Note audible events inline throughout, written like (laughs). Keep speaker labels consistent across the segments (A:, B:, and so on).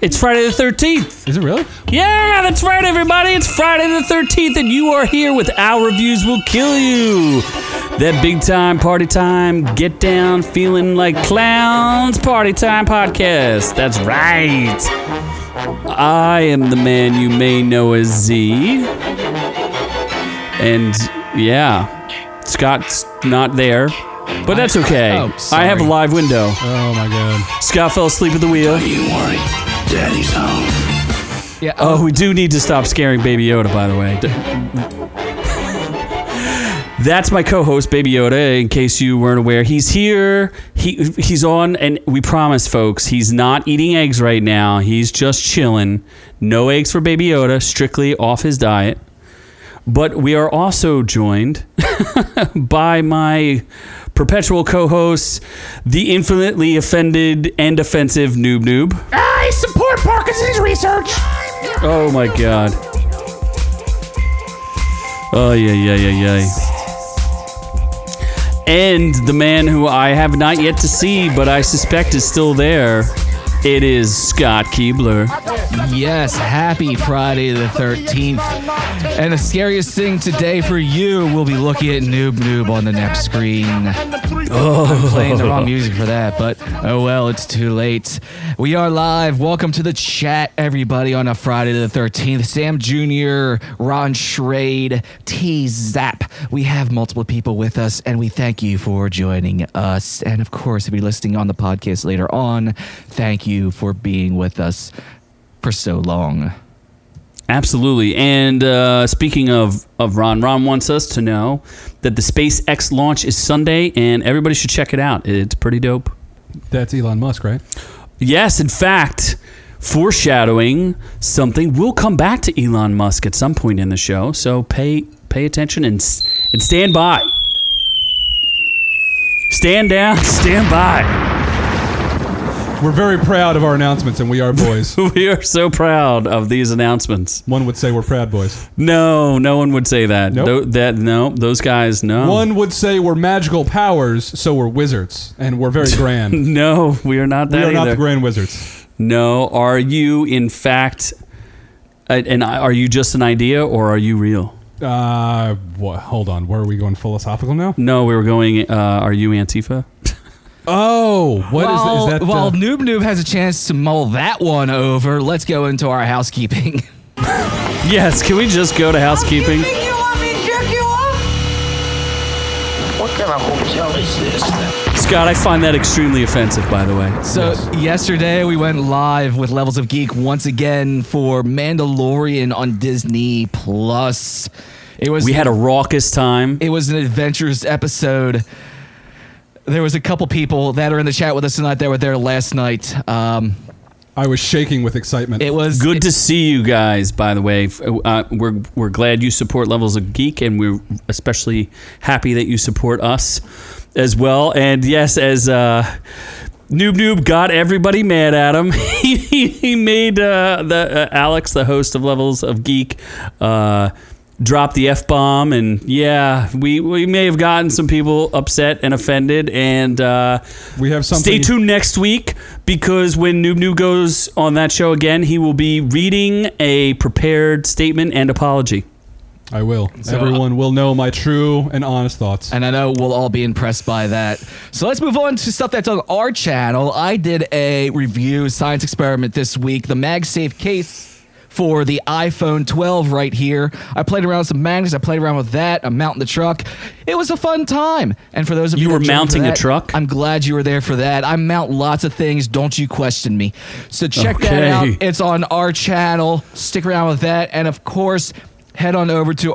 A: It's Friday the 13th.
B: Is it really?
A: Yeah, that's right, everybody. It's Friday the 13th, and you are here with Our Reviews Will Kill You. That big time, party time, get down, feeling like clowns, party time podcast. That's right. I am the man you may know as Z. And yeah, Scott's not there, but that's okay.
B: Oh,
A: I have a
B: sorry.
A: live window.
B: Oh my god.
A: Scott fell asleep at the wheel.
B: Yeah.
A: Oh, we do need to stop scaring Baby Yoda, by the way. That's my co-host Baby Yoda. In case you weren't aware, he's here. He he's on, and we promise, folks, he's not eating eggs right now. He's just chilling. No eggs for Baby Yoda. Strictly off his diet. But we are also joined (laughs) by my perpetual co-host, the infinitely offended and offensive noob noob.
C: I support Parkinson's research.
A: Oh my god. Oh yeah yeah yeah yeah. And the man who I have not yet to see, but I suspect is still there. It is Scott Keebler.
B: Yes. Happy Friday the 13th. And the scariest thing today for you will be looking at Noob Noob on the next screen. Oh, I'm playing the
D: (laughs)
B: wrong music for that, but oh well, it's too late. We are live. Welcome to the chat, everybody, on a Friday the 13th. Sam Jr., Ron Schrade, T Zap. We have multiple people with us, and we thank you for joining us. And of course, if you're listening on the podcast later on, thank you for being with us for so long.
A: Absolutely. And uh, speaking of, of Ron, Ron wants us to know that the SpaceX launch is Sunday and everybody should check it out. It's pretty dope.
B: That's Elon Musk, right?
A: Yes, in fact, foreshadowing something. We'll come back to Elon Musk at some point in the show, so pay pay attention and s- and stand by. Stand down, (laughs) stand by. (laughs)
D: We're very proud of our announcements, and we are boys.
A: We are so proud of these announcements.
D: One would say we're proud boys.
A: No, no one would say that.
D: Nope.
A: Tho- that no, those guys no.
D: One would say we're magical powers, so we're wizards, and we're very grand.
A: no, we are not
D: we
A: that
D: are
A: either.
D: not the grand wizards.
A: no, are you in fact and- and are you just an idea or are you real?
D: Uh, what, hold on. Where are we going philosophical now?
A: No, we were going uh, are you Antifa?
D: Oh, what is
B: While,
D: is that?
B: while
D: uh,
B: Noob Noob has a chance to mull that one over, let's go into our housekeeping. (laughs)
A: Yes, can we just go to housekeeping?
C: you want me to jerk you off?
E: What kind of hotel is this?
A: Scott, I find that extremely offensive, by the way.
B: So yesterday we went live with Levels of Geek once again for Mandalorian on Disney Plus. It was
A: We had a raucous time.
B: it was an adventurous episode. There was a couple people that are in the chat with us tonight that were there last night. Um,
D: I was shaking with excitement.
B: it was
A: Good to see you guys, by the way. F- Uh, we're, we're glad you support Levels of Geek, and we're especially happy that you support us as well. And yes, as uh, Noob Noob got everybody mad at him, (laughs) he, he, he made uh, the uh, Alex, the host of Levels of Geek, uh, drop the F bomb. And yeah, we, we may have gotten some people upset and offended. And uh,
D: we have something.
A: Stay tuned next week because when Noob Noob goes on that show again, he will be reading a prepared statement and apology. (laughs)
D: I will.
B: So, uh,
D: Everyone will know my true and honest thoughts.
B: And I know we'll all be impressed by that. So let's move on to stuff that's on our channel. I did a review science experiment this week, the MagSafe case for the iPhone 12 right here. I played around with some magnets. I played around with that. I'm mounting the truck. It was a fun time. And for those of you,
A: You were
B: that joined for
A: mounting a
B: that,
A: truck?
B: I'm glad you were there for that. I mount lots of things. Don't you question me. So check that
A: Okay.
B: out. It's on our channel. Stick around with that. And of course, head on over to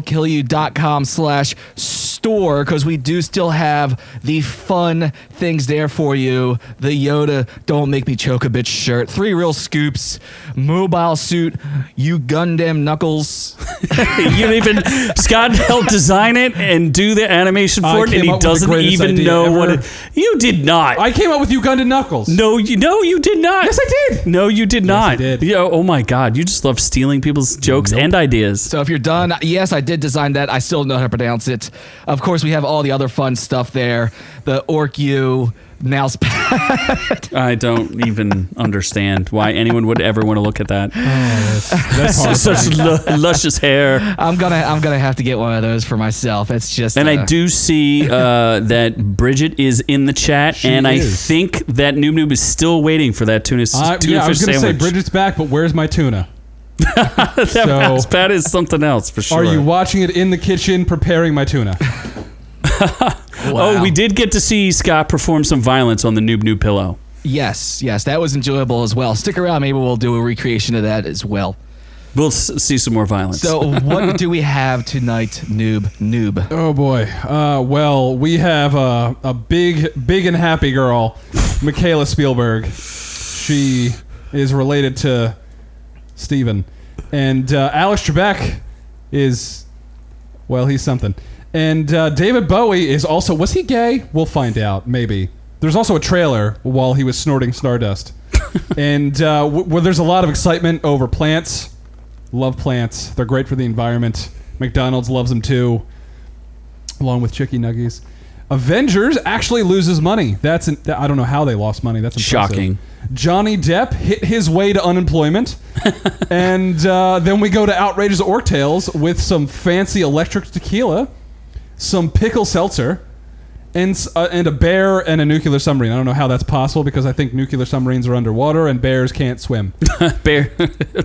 B: ourreviewswillkillyou.com slash store because we do still have the fun things there for you. The Yoda Don't Make Me Choke a Bitch shirt, three real scoops, mobile suit, you Gundam Knuckles.
A: you don't
D: (laughs)
A: even Scott helped design it and do the animation for
D: I
A: it, and
D: came
A: he
D: up with the
A: doesn't
D: greatest
A: even
D: idea
A: know what
D: ever.
A: it. You did not.
D: I came up with Uganda Knuckles.
A: no, you no, you did not. Yes, I did. No, you did not.
D: did.
A: Yeah, oh my God, you just love stealing people's jokes and ideas.
B: So if you're done, yes, I did design that. I still know how to pronounce it. Of course, we have all the other fun stuff there. The Orcu, mouse pad.
A: I don't
D: (laughs)
A: even understand why anyone would ever want to look at
D: Oh
A: that.
D: That's hard.
A: Such lu- luscious hair.
B: (laughs) I'm gonna I'm gonna have to get one of those for myself. It's just
A: And I
B: uh,
A: do see
D: (laughs)
A: uh, that Bridget is in the chat,
D: She
A: and I
D: is.
A: think that Noob Noob is still waiting for that tuna, s-
D: I,
A: tuna
D: yeah,
A: fish
D: I was going to say
A: sandwich.
D: Bridget's back, but where's my tuna?
A: (laughs) that,
D: so-
A: mouse pad is something else for sure.
D: Are you watching it in the kitchen preparing my tuna?
A: Oh, we did get to see Scott perform some violence on the Noob Noob pillow.
B: Yes, yes, that was enjoyable as well. Stick around, maybe we'll do a recreation of that as well.
A: We'll s- see some more violence.
B: So, what do we have tonight, noob? Noob.
D: (laughs) Oh boy. Uh, well, we have a, a big, big and happy girl, Michaela Spielberg. She is related to Steven. And uh, Alex Trebek is, well, he's something. And uh, David Bowie is also, was he gay? We'll find out, maybe. There's also a trailer while he was snorting (laughs) stardust. and uh, w- well, there's a lot of excitement over plants. Love plants, they're great for the environment. McDonald's loves them too along with Chicky Nuggies. Avengers actually loses money. That's an, I don't know how they lost money. That's impressive.
A: Shocking.
D: Johnny Depp hit his way to unemployment, and uh, then we go to outrageous orc tales with some fancy electric tequila, some pickle seltzer, and s- uh, and a bear and a nuclear submarine. I don't know how that's possible because I think nuclear submarines are underwater and bears can't swim.
A: (laughs) Bear,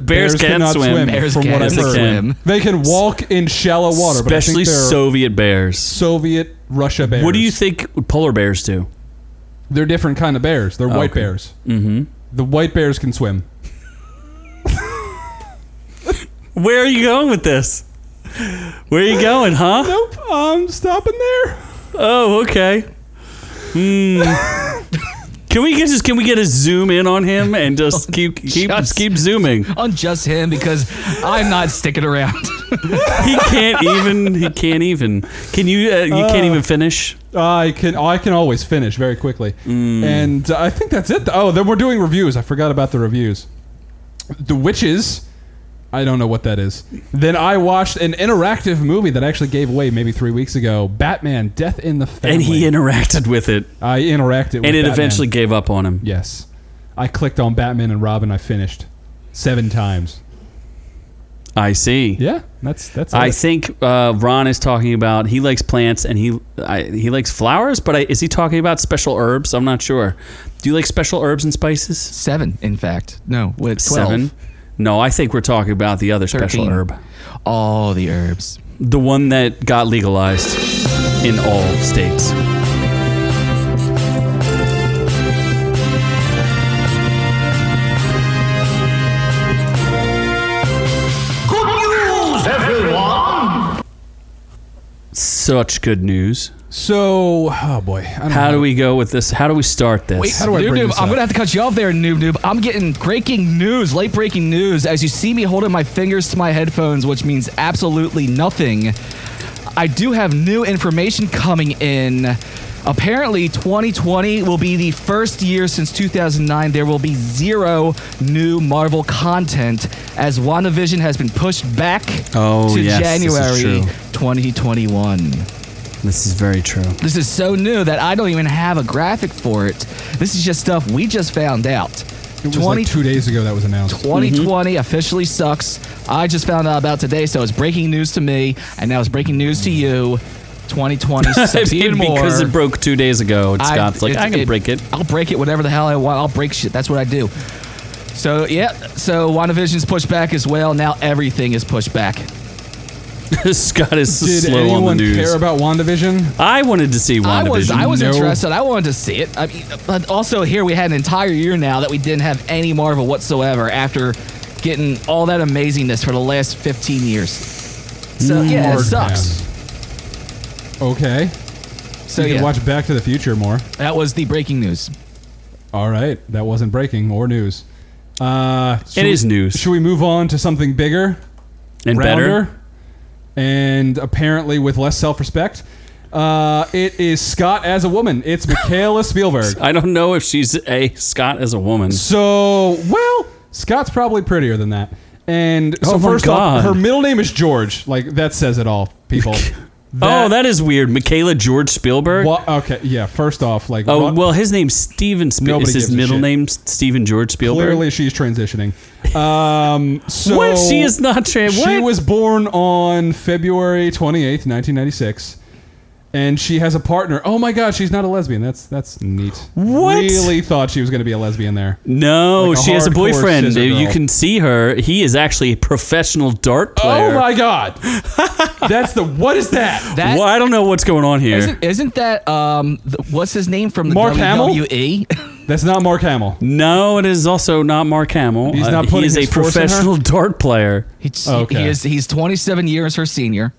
A: bears, can
D: cannot
A: swim.
D: swim.
B: Bears
D: From what
B: can
D: I've heard.
B: swim.
D: They can walk in shallow water,
A: Especially
D: but I think they're
A: Soviet bears.
D: Soviet Russia bears.
A: What do you think polar bears do?
D: They're different kind of bears. They're white
A: okay.
D: bears. Mm-hmm. The white bears can swim.
A: Where are you going with this? Where are you going, huh?
D: Nope, I'm stopping there.
A: Oh, okay. Hmm. can we get just can we get a zoom in on him and just keep keep
B: Just-
A: keep zooming?
B: On just him because I'm not sticking around. (laughs)
A: He can't even. He can't even. Can you? Uh, you can't even finish.
D: I can I can always finish very quickly.
A: Mm.
D: And uh, I think that's it. Oh, then we're doing reviews. I forgot about the reviews. The Witches. I don't know what that is. Then I watched an interactive movie that I actually gave away maybe three weeks ago. Batman: Death in the Family.
A: And he interacted with it,
D: I interacted. with
A: and it
D: Batman.
A: eventually gave up on him.
D: Yes, I clicked on Batman and Robin. I finished seven times.
A: I see.
D: Yeah, that's that's.
A: I
D: it.
A: think uh, Ron is talking about he likes plants and he I, he likes flowers, but I, is he talking about special herbs? I'm not sure. Do you like special herbs and spices?
B: Seven, in fact. No, with 12.
A: Seven. No, I think we're talking about the other special
B: 13.
A: herb,
B: All the herbs.
A: the one that got legalized in all states.
E: Good news, everyone!
A: Such good news.
D: So, oh boy, I don't
A: How
D: know.
A: do we go with this? How do we start this?
B: Wait,
D: How do I
B: noob,
D: bring
B: noob,
D: this
B: I'm
D: up?
B: gonna have to cut you off there, noob noob. I'm getting breaking news, late breaking news. As you see me holding my fingers to my headphones, which means absolutely nothing. I do have new information coming in. Apparently, 2020 will be the first year since 2009 there will be zero new Marvel content, as WandaVision has been pushed back
A: Oh,
B: to
A: yes, this is
B: January
A: true.
B: 2021.
A: This is very true.
B: This is so new that I don't even have a graphic for it. This is just stuff we just found out.
D: It was
B: 20
D: like two days ago that was announced.
B: 2020
A: Mm-hmm.
B: officially sucks. I just found out about today, so it's breaking news to me, and now it's breaking news
A: (laughs)
B: to you. 2020 sucks
A: I mean,
B: even more.
A: because it broke two days ago, and
B: I-
A: Scott's like, I can break it. (laughs)
B: I'll break it whatever the hell I want. I'll break shit. That's what I do. So, yeah. So, WandaVision's pushed back as well. Now everything is pushed back.
A: Scott is
D: Did
A: slow on the
D: anyone
A: news.
D: care about WandaVision?
A: I wanted to see WandaVision.
B: I was I was
D: No.
B: interested. I wanted to see it. I mean, but also here we had an entire year now that we didn't have any Marvel whatsoever after getting all that amazingness for the last 15 years. So yeah, it
D: Lord,
B: sucks.
D: man. Okay.
B: So
D: you
B: yeah,
D: can watch Back to the Future more.
B: that was the breaking news.
D: All right, that wasn't breaking or news. Uh, should
A: is news.
D: Should we move on to something bigger,
A: and
D: rounder,
A: better.
D: and apparently with less self-respect? Uh, it is Scott as a woman. It's Michaela Spielberg.
A: I don't know if she's a Scott as a woman.
D: So, well, Scott's probably prettier than that. And so
A: Oh my
D: first
A: God. (laughs)
D: off, her middle name is George. Like that says it all, people.
A: oh, that is weird. Michaela George Spielberg.
D: Wha- okay, yeah. First off, like,
A: Oh
D: what-
A: well, his name's Steven. Sp-
D: Nobody
A: is his
D: gives a
A: middle
D: shit.
A: name Steven George Spielberg?
D: clearly she's transitioning.
A: (laughs)
D: Um, so
A: what? She is not trans.
D: She was born on February 28th, 1996. And she has a partner. Oh my god, she's not a lesbian. That's that's neat.
A: What?
D: Really thought she was going to be a lesbian there.
A: no,
D: Like a
A: she has a
D: hardcore
A: boyfriend.
D: scissor
A: You
D: girl.
A: can see her. He is actually a professional dart player.
D: Oh
A: (laughs)
D: my god. that's the what is that?
B: That
A: well, I don't know what's going on here.
B: isn't, isn't that um th- what's his name from the E?
D: Mark Hamill?
B: WWE?
D: That's not Mark Hamill.
A: no, it is also not Mark Hamill. Uh,
D: He's not
A: he
D: putting
A: is a
D: his force in her?
A: professional (laughs) dart player.
B: He's,
D: Okay.
B: he is he's 27 years her senior.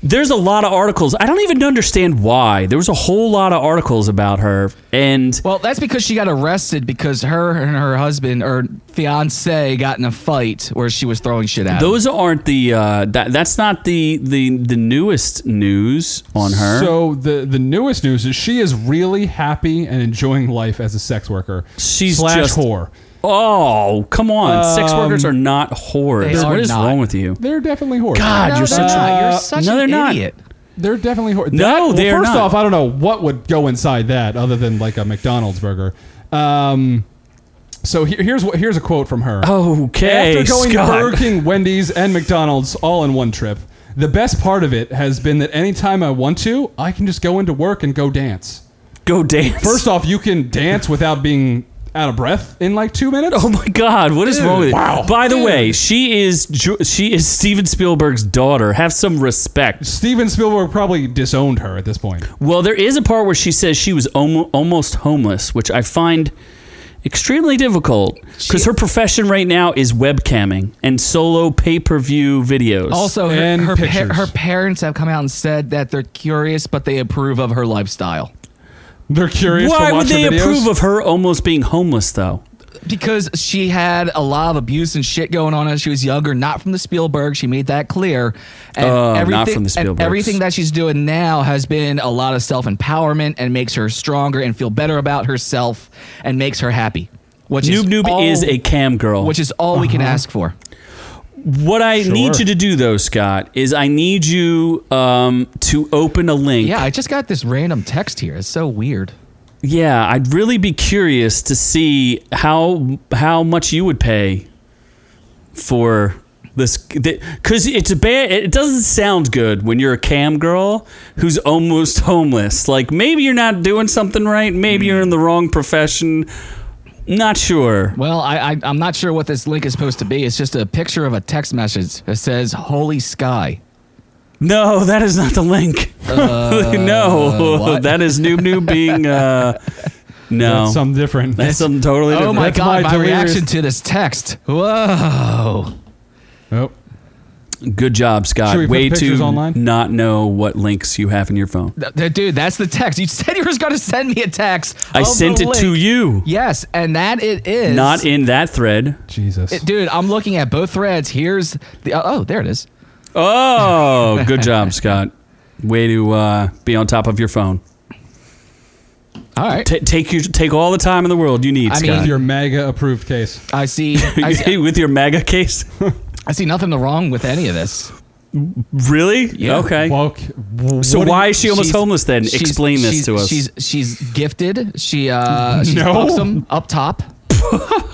A: There's a lot of articles. I don't even understand why. There was a whole lot of articles about her, and
B: Well, that's because she got arrested because her and her husband or fiance got in a fight where she was throwing shit at. him.
A: those aren't the. Uh, that that's not the the the newest news on her.
D: So the the newest news is she is really happy and enjoying life as a sex worker.
A: She's
D: slash
A: just-
D: whore.
A: Oh, come on. Sex
D: Um,
A: workers are not whores.
B: they are
A: What is
B: not.
A: wrong with you?
D: They're definitely whores.
A: God,
B: No,
A: you're
B: they're
A: such
B: not.
A: a.
B: You're
D: uh,
B: such
A: no,
B: an
A: they're not.
B: idiot.
D: They're definitely hor-
A: No,
D: well,
A: they are
D: First
A: not.
D: off, I don't know what would go inside that other than like a McDonald's burger. Um, so he- here's what here's a quote from her.
A: Okay,
D: After going
A: Oh, Scott.
D: to Burger King, Wendy's, and McDonald's all in one trip, the best part of it has been that anytime I want to, I can just go into work and go dance.
A: Go dance.
D: First off, you can dance without being out of breath in like two minutes.
A: (laughs) Oh my God! What is wrong with you?
D: wow.
A: By the way, she is Ju- she is Steven Spielberg's daughter. Have some respect.
D: Steven Spielberg probably disowned her at this point.
A: Well, there is a part where she says she was om- almost homeless, which I find extremely difficult because her profession right now is webcamming and solo pay per view videos.
B: Also, her
D: And
B: her,
D: pictures.
B: pa- her parents have come out and said that they're curious, but they approve of her lifestyle
D: They're curious.
A: why
D: to watch
A: would they
D: her videos.
A: approve of her almost being homeless though?
B: because she had a lot of abuse and shit going on as she was younger. Not from the Spielberg, she made that clear. And
A: Oh, not
B: everything-
A: from the
B: and
A: Spielbergs.
B: Everything that she's doing now has been a lot of self empowerment and makes her stronger and feel better about herself and makes her happy. Which is
A: Noob Noob
B: all-
A: is a Uh-huh. cam girl.
B: which is all we can ask for.
A: What I need
D: Sure.
A: you to do, though, Scott, is I need you um, to open a link.
B: Yeah, I just got this random text here. It's so weird.
A: Yeah, I'd really be curious to see how how much you would pay for this because it's a bad. It doesn't sound good when you're a cam girl who's almost homeless. Like maybe you're not doing something right. Maybe you're in the wrong profession. Not sure.
B: Well, I, I I'm not sure what this link is supposed to be. It's just a picture of a text message that says "Holy Sky."
A: No, that is not the link. (laughs) no, (laughs)
B: what?
A: that is Noob Noob being. Uh, no,
D: That's something different.
A: That's something totally
B: Oh
A: different.
B: my
D: That's
B: god,
D: my
B: my,
D: delirious-
B: reaction to this text. Whoa.
D: Oh.
A: Good job, Scott.
D: Should we put
A: Way
D: pictures
A: to
D: online?
A: not know what links you have in your phone.
B: Th- th- Dude, that's the text. You said you were going to send me a text.
A: I
B: of
A: sent
B: the
A: it to
B: link.
A: you,
B: Yes, and that it is.
A: not in that thread.
D: Jesus.
B: Dude, I'm looking at both threads. Here's the Oh, there it is.
A: Oh, good
B: (laughs)
A: job, Scott. Way to uh, be on top of your phone.
B: All right.
A: Ta take your take all the time in the world you need,
B: I mean,
A: Scott.
D: With your MAGA approved case.
B: I see
A: (laughs)
B: I see,
A: with your mega case, (laughs)
B: I see nothing wrong with any of this.
A: really?
B: Yeah.
A: Okay.
D: Woke.
A: so
D: what do
A: why
D: you-
A: is she almost
B: She's-
A: homeless then?
B: she's-
A: Explain this
B: she's-
A: to us.
B: She's she's gifted. She uh
A: (laughs)
B: she's
D: No.
B: buxom up top.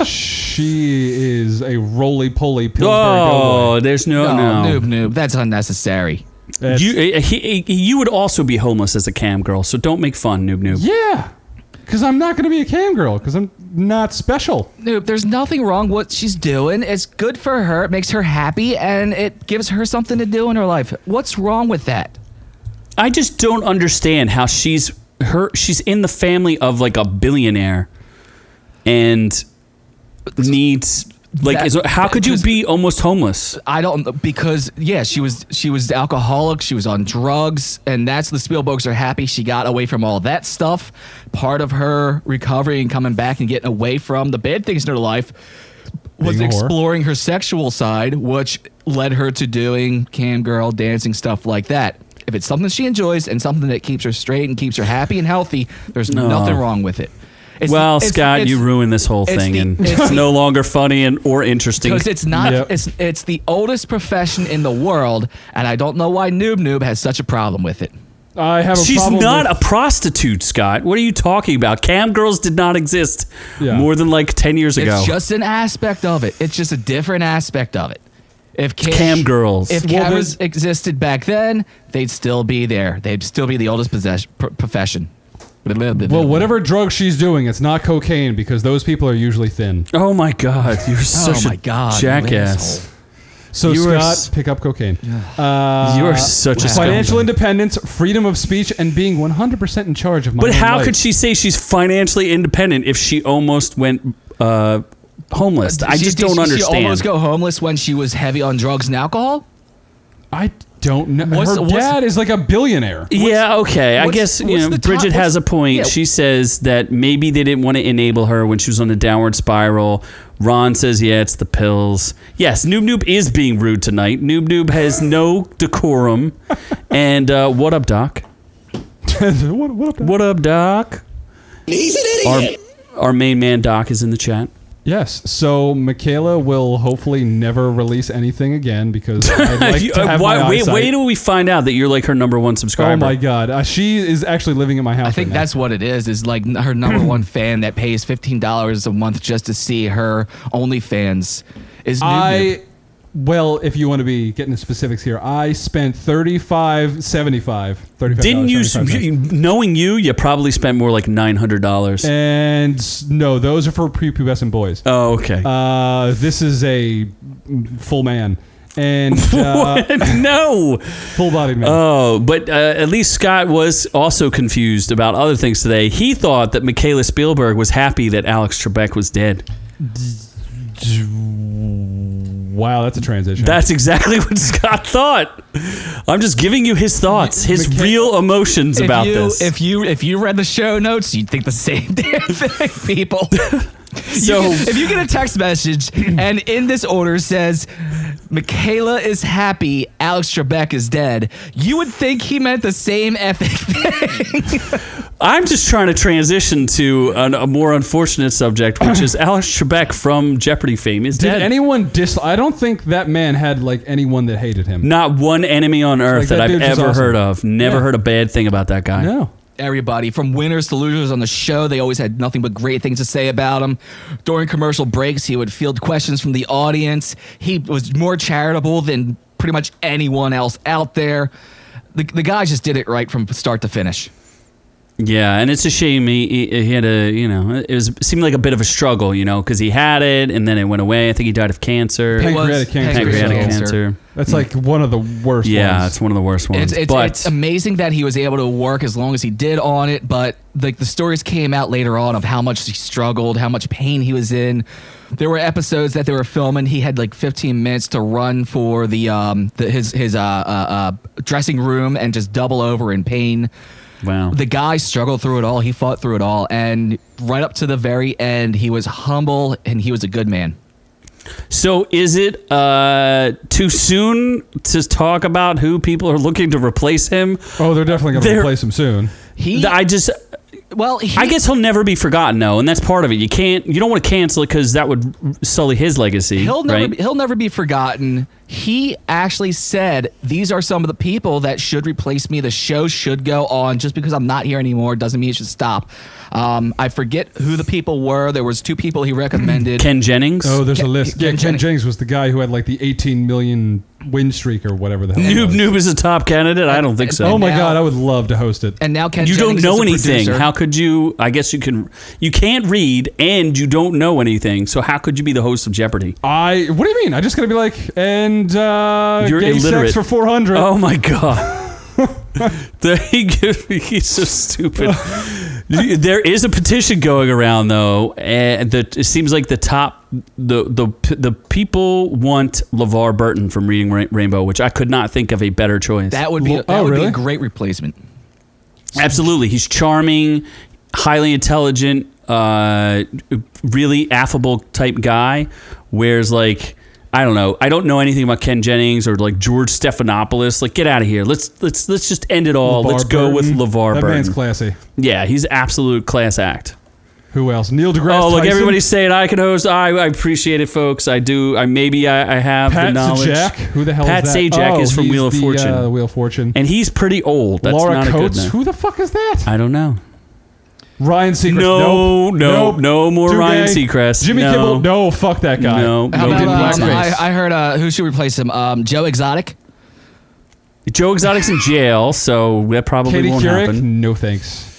D: She is a roly poly Pillsbury
A: oh, there's no no.
B: noob noob. That's unnecessary.
D: Doughboy. It's-
A: You uh, he, he- you would also be homeless as a cam girl, so don't make fun, noob noob.
D: yeah. Because I'm not going to be a cam girl because I'm not special.
B: Noob, there's nothing wrong with what she's doing. It's good for her. It makes her happy and it gives her something to do in her life. What's wrong with that?
A: I just don't understand how she's her she's in the family of like a billionaire and needs like
B: That-
A: is, how could you
B: because-
A: be almost homeless?
B: I don't because yeah, she was she was alcoholic, she was on drugs, and that's the Spielbergs are happy she got away from all that stuff. Part of her recovery and coming back and getting away from the bad things in her life was
D: Being a whore.
B: exploring her sexual side, which led her to doing cam girl dancing stuff like that. If it's something she enjoys and something that keeps her straight and keeps her happy and healthy, there's nothing wrong with it. It's,
A: well,
B: it's-
A: Scott,
B: it's-
A: you ruined this whole
B: it's
A: thing,
B: the-
A: and (laughs)
B: it's
A: it's
B: the-
A: no longer funny and or interesting.
B: because it's not
D: Yep.
B: it's it's the oldest profession in the world, and I don't know why Noob Noob has such a problem with it.
D: I have a
A: She's
D: problem
A: not
D: with-
A: a prostitute, Scott. What are you talking about? Cam girls did not exist
D: Yeah.
A: more than like ten years ago.
B: It's just an aspect of it. It's just a different aspect of it. If cam,
A: Cam girls.
B: if
D: Well,
B: cameras
D: there's-
B: existed back then, they'd still be there. They'd still be the oldest possess- pr- profession.
D: well, whatever drug she's doing, it's not cocaine because those people are usually thin.
A: oh my god, you're such
B: my
A: a
B: God, you
A: jackass.
B: asshole.
D: So
A: You are
D: Scott,
A: s-
D: pick up cocaine. Uh,
A: You are such a
D: financial
A: scumbag.
D: independence, freedom of speech, and being 100% in charge of my.
A: But
D: own
A: how
D: life.
A: could she say she's financially independent if she almost went uh, homeless? I
B: She-
A: just
B: did
A: don't
B: she- She
A: understand.
B: almost go homeless when she was heavy on drugs and alcohol.
D: I don't know.
B: What's-
D: Her
B: what's-
D: dad is like a billionaire.
A: yeah, okay. I
B: what's-
A: guess you
B: what's
A: know
B: the top-
A: Bridget has
B: what's-
A: a point.
B: yeah.
A: She says that maybe they didn't want to enable her when she was on a downward spiral. Ron says, "Yeah, it's the pills." Yes, Noob Noob is being rude tonight. Noob Noob
B: (laughs)
A: has no decorum. and uh, what up, Doc?
B: (laughs)
D: what, what up?
A: What up, Doc? He's an idiot. Our, our main man Doc is in the chat.
D: Yes. So Michaela will hopefully never release anything
A: (laughs)
D: again because I'd like
A: You-
D: to
A: uh,
D: have
A: why-
D: my
A: wait,
D: eyesight.
A: wait till we find out that you're like her number one subscriber.
D: Oh my god, uh, she is actually living in my house.
B: I think
D: right now.
B: that's what it is. Is like n- her number
A: (clears throat)
B: one fan that pays fifteen dollars a month just to see her OnlyFans. Is Noob Noob.
D: I. Well, if you want to be getting the specifics here, I spent thirty-five seventy-five. Thirty-five.
A: Didn't you, you- knowing you, you probably spent more like nine hundred dollars.
D: And s- no, those are for prepubescent boys.
A: Oh, okay. (laughs)
D: Uh, this is a full man
A: (laughs)
D: and uh,
A: no.
D: full-bodied man.
A: Oh, but uh, at least Scott was also confused about other things today. He thought that Michaela Spielberg was happy that Alex Trebek was dead.
D: wow, that's a transition.
A: That's exactly (laughs) what Scott thought. I'm just giving you his thoughts, his
D: Michaela-
A: real emotions
B: If
A: about
B: you,
A: this.
B: If you if you read the show notes, you'd think the same (laughs) damn
A: (laughs)
B: thing, people.
A: So-
B: You get- if you get a
A: (clears throat)
B: text message and in this order says Michaela is happy, Alex Trebek is dead, you would think he meant the same effing thing.
A: I'm just trying to transition to an, a more unfortunate subject,
D: (clears throat)
A: which is Alex Trebek from Jeopardy fame is
D: Did
A: dead.
D: anyone dis? I don't think that man had like anyone that hated him.
A: Not one enemy on earth
D: like,
A: that,
D: that
A: I've
D: dude was
A: ever
D: awesome.
A: heard of. Never
D: Yeah.
A: heard a bad thing about that guy.
D: No.
B: (laughs) Everybody from winners to losers on the show, they always had nothing but great things to say about him. During commercial breaks, he would field questions from the audience. He was more charitable than pretty much anyone else out there. The, the guy just did it right from start to finish.
A: Yeah, and it's a shame he, he, he had a you know it was seemed like a bit of a struggle you know because he had it and then it went away. I think he died of cancer,
B: It was
D: Pancreatic cancer.
A: pancreatic
D: Pancreatic
A: cancer.
D: That's like one of the worst.
A: Mm. Yeah,
D: ones.
A: it's one of the worst ones.
B: It's, it's,
A: but
B: it's amazing that he was able to work as long as he did on it, but like the stories came out later on of how much he struggled, how much pain he was in. There were episodes that they were filming. He had like 15 minutes to run for the um the, his his uh, uh uh dressing room and just double over in pain.
A: wow,
B: The guy struggled through it all. He fought through it all, and right up to the very end, he was humble and he was a good man.
A: So is it uh, too soon to talk about who people are looking to replace him?
D: Oh, they're definitely going
A: They're-
D: to replace him soon.
B: He
A: I just
B: well, he,
A: I guess he'll never be forgotten though, and that's part of it. You can't you don't want to cancel it because that would sully his legacy.
B: He'll never
A: right?
B: be, he'll never be forgotten. He actually said these are some of the people that should replace me. The show should go on. Just because I'm not here anymore doesn't mean it should stop. Um, I forget who the people were. There was two people he recommended.
A: Ken Jennings.
D: Oh, there's
B: Ken-
D: a list.
B: Ken
D: yeah, Ken
B: Jennings.
D: Jennings was the guy who had like the 18 million win streak or whatever the hell. it
A: Noob
D: was.
A: Noob is a top candidate. I don't think so.
D: Oh my
B: Now-
D: god, I would love to host it.
B: and now Ken
A: you
B: Jennings
A: don't know
B: is a
A: anything.
B: producer.
A: How could you? I guess you can. You can't read, and you don't know anything. So how could you be the host of Jeopardy?
D: I. What do you mean? I just got to be like and uh,
A: You're
D: gay
A: illiterate.
D: sex for 400.
A: Oh my god. (laughs) The- he gives me- (laughs) he's so stupid. there is a petition going around though, and the, it seems like the top the the the people want LeVar Burton from Reading Ra- Rainbow, which I could not think of a better choice.
B: that would be that
D: Oh,
B: would be
D: really?
B: a great replacement.
A: Absolutely, he's charming, highly intelligent, uh, really affable type guy. Whereas, like, I don't know, I don't know anything about Ken Jennings or like George Stephanopoulos. Like, get out of here. Let's let's let's just end it all.
D: LeVar
A: let's go with
D: Burton.
A: Levar
D: That
A: Burton.
D: man's classy.
A: yeah, he's absolute class act.
D: Who else? Neil deGrasse
A: Oh, look,
D: Tyson,
A: everybody's saying I can host. I, I appreciate it, folks. I do. I maybe I, I have the
D: Pat
A: knowledge.
D: Sajak. Who the hell
A: Pat
D: is that?
A: Sajak
D: oh,
A: is from
D: he's
A: Wheel of
D: the,
A: Fortune.
D: Uh, Wheel of Fortune.
A: and he's pretty old. That's
D: Laura
A: not
D: Coates.
A: a good name.
D: Who the fuck is that?
A: I don't know.
D: Ryan Seacrest.
A: No, no,
D: nope.
A: no more
D: Too
A: Ryan
D: gay.
A: Seacrest.
D: Jimmy
A: No.
D: Kimmel. No, fuck that guy.
A: No,
D: He
A: no,
B: How
D: did
A: Bill
B: about, um,
D: blackface.
B: I, I heard uh, who should replace him? Um, Joe Exotic.
A: Joe Exotic's in jail, so that probably
D: Katie
A: won't
D: Couric.
A: happen.
D: No thanks.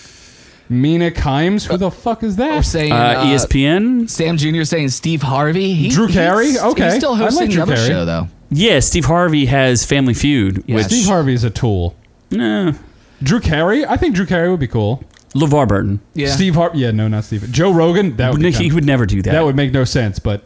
D: Mina Kimes. Who the fuck is
B: We're
D: that?
B: saying
A: Uh,
B: uh,
A: ESPN.
B: Sam Jr. saying Steve Harvey. He-
D: Drew Carey?
B: he's-
D: Okay.
B: He's still
D: I like
B: hosting
D: Drew
B: another
D: Carey.
B: show though.
A: Yeah, Steve Harvey has Family Feud,
B: Yes.
A: which
D: Steve Harvey's a tool.
A: Nah.
D: Drew Carey. I think Drew Carey would be cool.
A: LeVar Burton.
B: Yeah.
D: Steve Harvey. Yeah, no, not Steve. Joe Rogan. That would be
A: he
D: kinda-
A: would never do that.
D: That would make no sense. But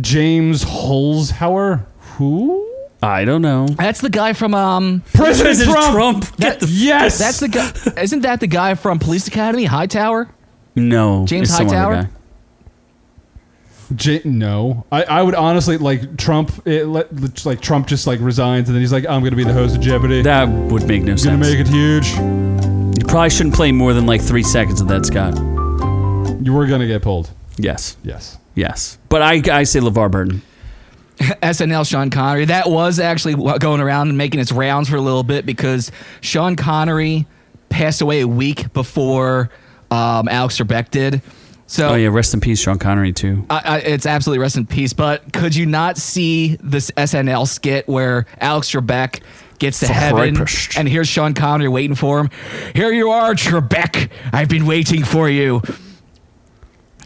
D: James Holzhauer. Who?
A: I don't know.
B: That's the guy from um.
D: President, Trump.
A: Get the f-
D: Yes.
B: That's the guy. Isn't that the guy from Police Academy? Hightower.
A: no.
B: James
A: it's some other
B: Hightower?
A: guy.
D: J- no, I, I would honestly like Trump. It, let, like Trump just like resigns and then he's like, I'm gonna be the host of Jeopardy.
A: That would make no
D: gonna
A: sense.
D: make it huge.
A: you probably shouldn't play more than like three seconds of that, Scott.
D: You were gonna get pulled.
A: Yes.
D: Yes.
A: Yes. But I, I say LeVar Burton.
B: SNL Sean Connery. That was actually wa- going around and making its rounds for a little bit because Sean Connery passed away a week before um, Alex Trebek did. So
A: Oh, yeah. Rest in peace, Sean Connery, too.
B: I, I, it's absolutely rest in peace. But could you not see this SNL skit where Alex Trebek gets to
A: For
B: heaven
A: Christ.
B: and here's Sean Connery waiting for him? Here you are, Trebek. I've been waiting for you.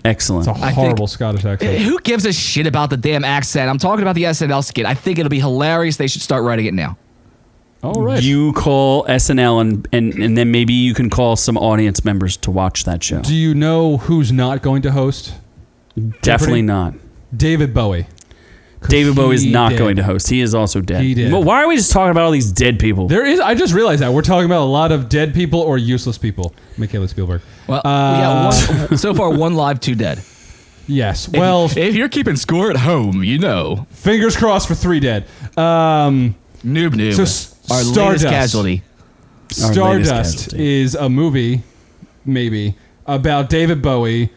A: Excellent.
D: It's a
B: think-
D: horrible Scottish
A: eh,
D: accent.
B: Who gives a shit about the damn accent? I'm talking about the SNL skit. I think it'll be hilarious. They should start writing it now.
D: All right.
A: You call SNL and, and, and then maybe you can call some audience members to watch that show.
D: Do you know who's not going to host?
A: Definitely not.
D: David Bowie. 'Cause
A: David Bowie is
D: he
A: not
D: did.
A: going to host. He is also dead.
D: He did.
A: But why are we just talking about all these dead people?
D: There is. I just realized that we're talking about a lot of dead people or useless people. Michaela Spielberg.
B: Well,
D: Uh,
B: we got one, so far one live, two dead.
D: Yes. Well,
B: if you're keeping score at home, you know,
D: fingers crossed for three dead. Um,
B: noob noob.
D: So s-
B: our
D: Stardust.
B: latest casualty.
A: Our latest
D: Stardust
A: casualty.
D: is a movie, maybe, about David Bowie,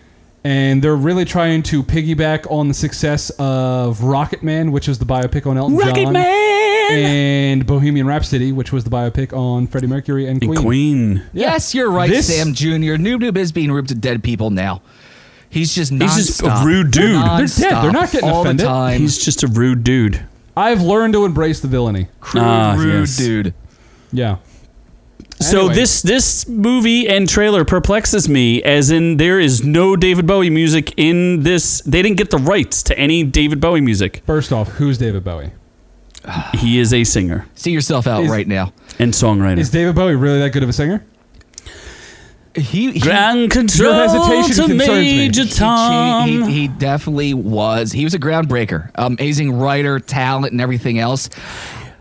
D: and they're really trying to piggyback on the success of Rocket Man, which is the biopic on Elton
A: Rocket
D: John,
A: Man
D: and Bohemian Rhapsody, which was the biopic on Freddie Mercury and Queen.
A: and Queen.
D: Yeah.
B: Yes, you're right,
D: This-
B: Sam Junior. Noob noob is being rude to dead people now. He's just nonstop.
A: He's just a rude dude. They're
D: dead. They're
B: Nonstop,
D: not getting
B: all
D: offended.
B: the time.
A: He's just a rude dude.
D: I've learned to embrace the villainy.
B: crude,
A: Ah,
B: rude
A: yes.
B: dude.
D: Yeah.
A: So
D: Anyway.
A: this this movie and trailer perplexes me, as in there is no David Bowie music in this. They didn't get the rights to any David Bowie music.
D: First off, who's David Bowie?
A: He is a singer
B: See yourself out
D: Is-
B: right now.
A: and songwriter.
D: Is David Bowie really that good of a singer?
B: He, he,
A: Grand control
D: hesitation
A: to
D: concerns me.
A: Major
D: He-
B: he-
A: Tom.
B: He, he definitely was. He was a groundbreaker. Amazing writer, talent, and everything else.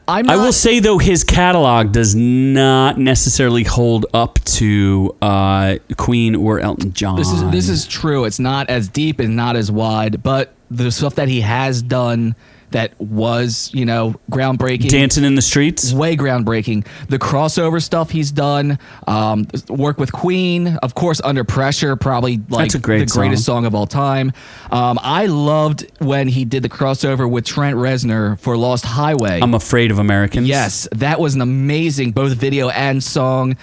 B: I'm
A: I
B: not-
A: will say though, his catalog does not necessarily hold up to uh, Queen or Elton John.
B: This is this is true. It's not as deep and not as wide, but the stuff that he has done that was, you know, groundbreaking.
A: dancing in the streets.
B: Way groundbreaking. The crossover stuff he's done, um, work with Queen, of course, Under Pressure, probably like
A: That's a great
B: the greatest song of all time. Um, I loved when he did the crossover with Trent Reznor for Lost Highway.
A: I'm afraid of Americans.
B: Yes, that was an amazing both video and song.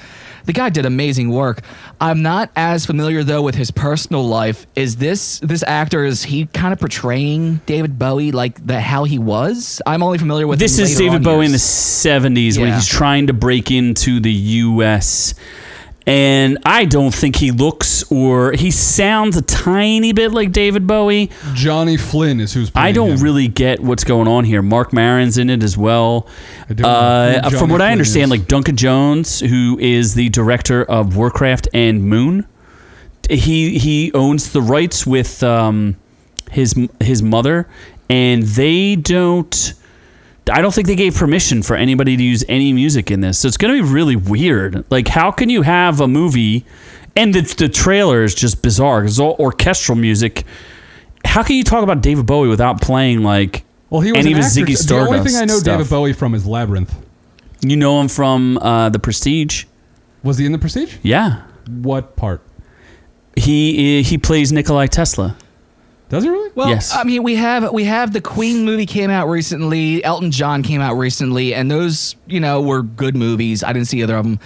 B: The guy did amazing work. I'm not as familiar though with his personal life. Is this this actor is he kind of portraying David Bowie like the how he was? I'm only familiar with
A: This
B: him
A: is
B: later
A: David
B: on
A: Bowie in the
B: years.
A: 70s when
B: Yeah.
A: he's trying to break into the US. And I don't think he looks or he sounds a tiny bit like David Bowie.
D: Johnny Flynn is who's. Playing
A: I don't
D: him.
A: really get what's going on here. Mark Maron's in it as well.
D: I don't know who
A: Uh,
D: Johnny
A: from what I
D: Flynn
A: understand,
D: is.
A: like Duncan Jones, who is the director of Warcraft and Moon, he he owns the rights with um, his his mother, and they don't. I don't think they gave permission for anybody to use any music in this. So it's going to be really weird. Like, how can you have a movie, and the, the trailer is just bizarre. 'cause It's all orchestral music. How can you talk about David Bowie without playing like
D: Well, he was
A: any
D: an
A: of his
D: actor.
A: Ziggy Stardust
D: The only thing I know
A: stuff?
D: David Bowie from is Labyrinth.
A: You know him from uh, The Prestige.
D: Was he in The Prestige?
A: Yeah.
D: What part?
A: He he plays Nikolai Tesla.
D: Does it really?
B: Well,
A: Yes.
B: I mean, we have we have the Queen movie came out recently. Elton John came out recently, and those you know were good movies. I didn't see either of them.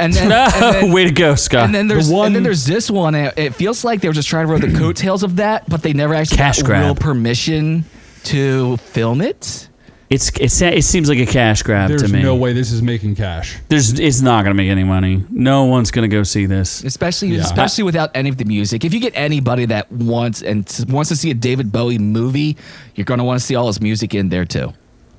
B: And then, and
A: (laughs)
B: then- (laughs)
A: Way to go, Scott.
B: and then there's
D: The
B: and
D: one-
B: then there's this one. and It, it feels like they were just trying to
A: (clears throat)
B: ride the coattails of that, but they never actually
A: Cash
B: got
A: grab.
B: real permission to film it.
A: it's it, sa- it seems like a cash grab
D: There's
A: to me.
D: no way this is making cash.
A: There's it's not gonna make any money. No one's gonna go see this.
B: especially
D: Yeah.
B: especially without any of the music. If you get anybody that wants and s- wants to see a David Bowie movie, you're going to want to see all his music in there
A: Oh
B: too.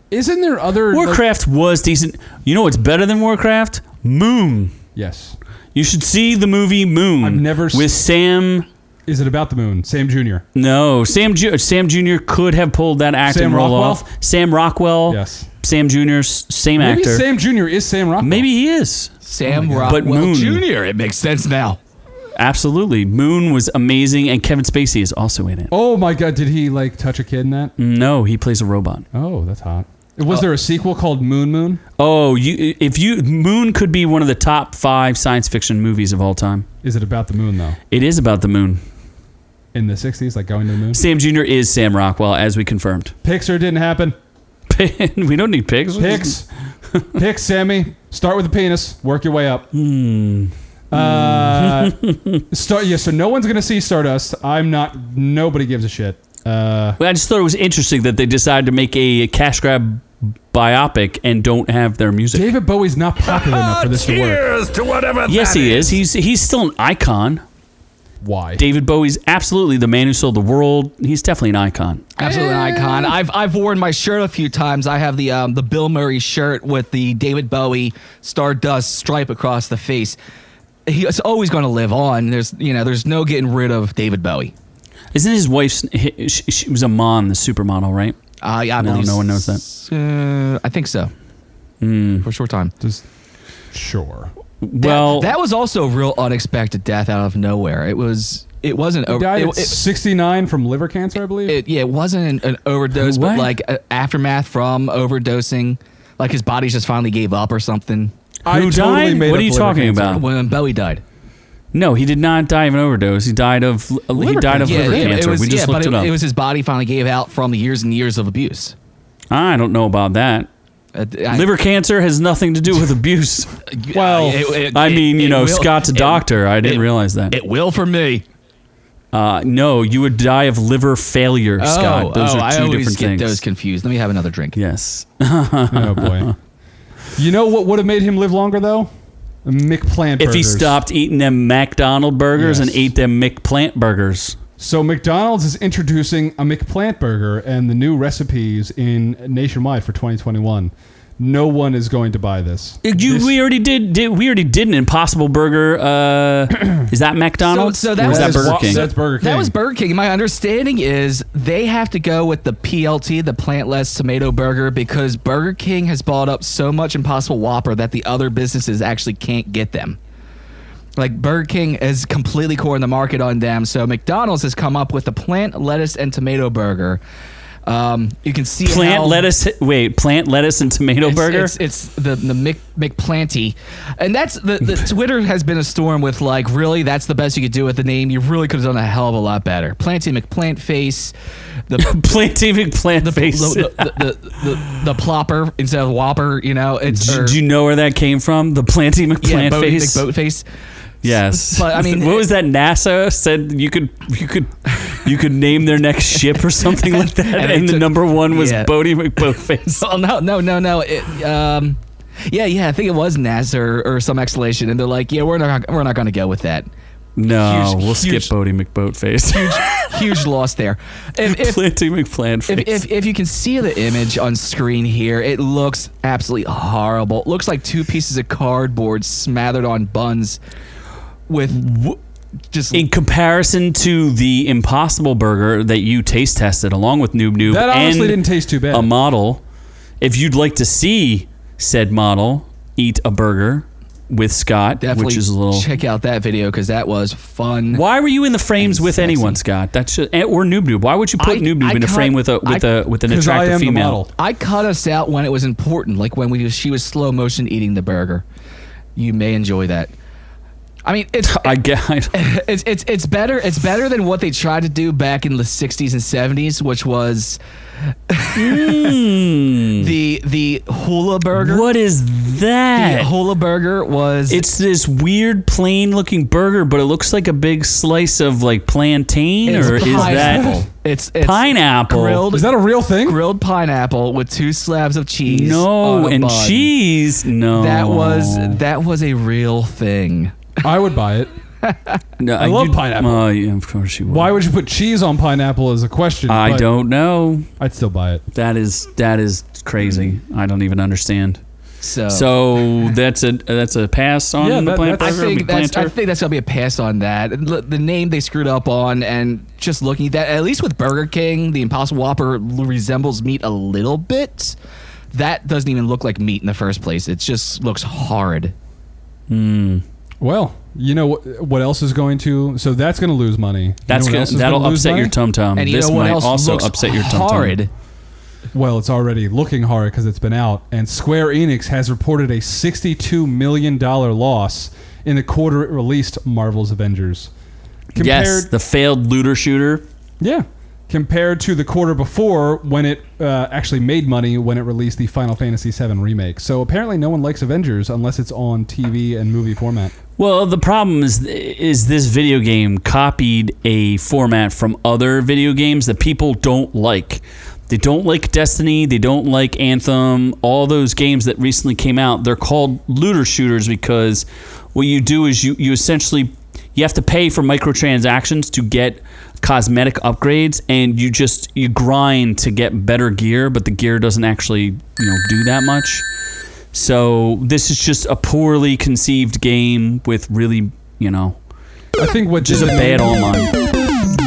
D: Isn't there other like-
A: Warcraft was decent. You know what's better than Warcraft? Moon.
D: yes.
A: You should see the movie Moon.
D: I've never s-
A: with Sam.
D: Is it about the moon? Sam Jr.
A: No, Sam Ju- Sam Jr. could have pulled that acting
D: Sam
A: role
D: Rockwell?
A: off. Sam Rockwell.
D: Yes.
A: Sam Jr. 's Same
D: Maybe
A: actor.
D: Sam Jr. is Sam Rockwell.
A: Maybe he is.
B: Sam
A: But
B: Rockwell
A: Moon-
B: Jr. It makes sense now.
A: Absolutely. Moon was amazing, and Kevin Spacey is also in it.
D: Oh my god, did he like touch a kid in that?
A: No, he plays a robot.
D: Oh, that's hot. Was there a sequel called Moon Moon?
A: Oh, you if you Moon could be one of the top five science fiction movies of all time.
D: Is it about the moon though?
A: It is about the moon.
D: In the 60s, like going to the moon?
A: Sam Jr. is Sam Rockwell, as we confirmed.
D: Pixar didn't happen.
A: (laughs) we don't need pigs.
D: Picks. (laughs) Picks, Sammy. Start with the penis. Work your way up.
A: Hmm. (laughs)
D: Uh, start, yeah, so no one's going to see Stardust. I'm not. Nobody gives a shit. Uh,
A: Well, I just thought it was interesting that they decided to make a cash grab biopic and don't have their music.
D: David Bowie's not popular enough for this to work.
A: yes, he is. He's he's still an icon.
D: Why?
A: David Bowie's absolutely the man who sold the world. He's definitely an icon.
B: Absolutely an icon. I've I've worn my shirt a few times. I have the um, the Bill Murray shirt with the David Bowie Stardust stripe across the face. He's always going to live on. There's you know there's no getting rid of David Bowie.
A: Isn't his wife's? She, she was a mom, the supermodel, right?
B: Uh, yeah, I
A: No,
B: believe
A: no one knows that. Hmm.
B: s- Uh, I think so. For a short time.
D: Just sure.
A: Well,
B: that, that was also a real unexpected death out of nowhere. It was. It wasn't.
D: He
B: over-
D: died
B: it,
D: at 69 from liver cancer, I believe.
B: it- it- yeah, it wasn't an, an overdose,
A: What?
B: but like a aftermath from overdosing. Like his body just finally gave up or something.
D: I
A: who
D: totally
A: died?
D: made
A: What
D: up
A: are you
D: liver
A: talking
D: cancer.
A: about?
B: When Bowie died.
A: No, he did not die of an overdose. He died of he died of
D: cancer.
A: liver
B: it, it
A: cancer.
B: was,
A: we just
B: yeah,
A: looked
B: but
A: it, up.
B: was his body finally gave out from the years and years of abuse.
A: I don't know about that.
B: Uh, I-
A: liver cancer has nothing to do with
B: (laughs)
A: abuse.
D: Well,
A: I mean, you
B: it
A: know,
B: will-
A: Scott's a
B: it-
A: doctor. I didn't
B: it-
A: realize that.
B: It will for me.
A: Uh, no, you would die of liver failure, Scott. Those
B: oh,
A: are
B: I
A: two
B: always
A: different
B: get
A: things.
B: those confused. Let me have another drink.
A: yes.
D: (laughs) Oh, boy. You know what would have made him live longer, though? McPlant
A: If he
D: burgers.
A: stopped eating them McDonald burgers
D: Yes.
A: and ate them McPlant burgers.
D: So McDonald's is introducing a McPlant burger and the new recipes in nationwide for 2021. No one is going to buy this.
A: You,
D: This-
A: we already did, did. We already did an Impossible Burger.
B: (clears throat)
A: Uh, is that McDonald's?
B: So- so that
A: or is that
B: was-
A: Burger
D: Wa-
A: King?
D: That's Burger King.
B: That was Burger King. My understanding is they have to go with the PLT, the plantless tomato burger, because Burger King has bought up so much Impossible Whopper that the other businesses actually can't get them. Like Burger King is completely coring the market on them, so McDonald's has come up with the plant lettuce and tomato burger. Um, you can see
A: plant
B: how-
A: lettuce. Wait, plant lettuce and tomato
B: it's,
A: burger. (laughs)
B: It's, it's the the Mc, McPlanty, and that's
A: (laughs)
B: the, the Twitter has been a storm with like really that's the best you could do with the name. You really could have done a hell of a lot better. Planty McPlant face,
A: (laughs)
B: the
A: Planty McPlant
B: the,
A: face.
B: the, the, the, the, the plopper instead of whopper. You know, it's
A: do,
B: or-
A: do you know where that came from? The Planty McPlant
B: yeah, boat,
A: face.
B: McBoat face.
A: Yes,
B: (laughs) But, I
A: (laughs)
B: mean-
A: what was that? NASA said you could you could you could name their next ship or something like that, and,
B: (laughs) And they
A: the
B: took-
A: number one was
B: yeah.
A: Bodie McBoatface.
B: Oh no no no no. It, um, yeah yeah, I think it was NASA or, or some explanation, and they're like, yeah, we're not we're not going to go with that.
A: No,
B: (laughs) Huge-
A: we'll
B: huge-
A: skip Bodie McBoatface. (laughs)
B: Huge loss there. If, if,
A: Planty McPlant face.
B: If, if, if you can see the image on screen here, it looks absolutely horrible. It looks like two pieces of cardboard smothered on buns with just.
A: in comparison to the Impossible Burger that you taste tested along with Noob Noob,
D: That honestly
A: and
D: didn't taste too bad.
A: A model. If you'd like to see said model eat a burger with Scott,
B: definitely
A: which is a little.
B: check out that video because that was fun.
A: Why were you in the frames
B: And
A: with
B: sexy.
A: anyone, Scott? That's just, or Noob Noob. Why would you put
B: I-
A: Noob Noob
B: I
A: in a
B: cut-
A: frame with a with
B: I-
A: a with an
D: 'Cause I
A: attractive
D: am the
A: female?
D: model.
B: I cut us out when it was important, like when we she was slow motion eating the burger. You may enjoy that. I mean, it's
A: (laughs) I get.
B: it's it's it's better it's better than what they tried to do back in the 60s and 70s which was (laughs) the the hula burger
A: Hmm. What is
B: the
A: that?
B: hula burger was
A: It's this weird plain looking burger, but it looks like a big slice of like plantain
B: it's
A: or is
B: pineapple.
A: that
B: (laughs) it's, it's
A: pineapple?
B: grilled
D: Is that a real thing?
B: grilled pineapple with two slabs of cheese on
A: No,
B: a
A: and
B: bun.
A: cheese. Oh. No.
B: that was that was a real thing
D: I would buy it.
A: No, I
D: love pineapple.
A: Uh, yeah, of course you would.
D: Why would you put cheese on pineapple as a question?
A: I
D: but
A: don't know.
D: I'd still buy it.
A: That is that is crazy. I don't even understand.
B: so
A: So that's a that's a pass on
D: Oh. Yeah,
A: the
D: that-
A: plant
D: that's-
B: I
A: burger,
B: think
A: big
B: that's I
A: planter?
B: think that's gonna be a pass on that. L- The name they screwed up on, and just looking at that, at least with Burger King, the Impossible Whopper l- resembles meat a little bit. That doesn't even look like meat in the first place. It just looks horrid.
D: Well, you know what, what else is going to? So that's going to lose money. You
A: That's
D: know what
A: gonna,
D: else is
A: that'll
D: gonna lose
A: upset your
D: money?
A: tum tum.
B: And you
A: This
B: know what
A: might
B: else
A: also
B: looks
A: upset your tum
B: horrid?
A: tum.
D: Well, it's already looking hard because it's been out, and Square Enix has reported a $62 million loss in the quarter it released Marvel's Avengers. Compared,
A: Yes, the failed looter shooter.
D: yeah, compared to the quarter before when it uh, actually made money when it released the Final Fantasy VII remake. So apparently, no one likes Avengers unless it's on TV and movie format.
A: Well, the problem is is this video game copied a format from other video games that people don't like. They don't like Destiny, they don't like Anthem, all those games that recently came out. They're called looter shooters because what you do is you you essentially you have to pay for microtransactions to get cosmetic upgrades and you just you grind to get better gear, but the gear doesn't actually, you know, do that much. So this is just a poorly conceived game with really, you know,
D: I think what
A: just a
D: Disney-
A: bad online.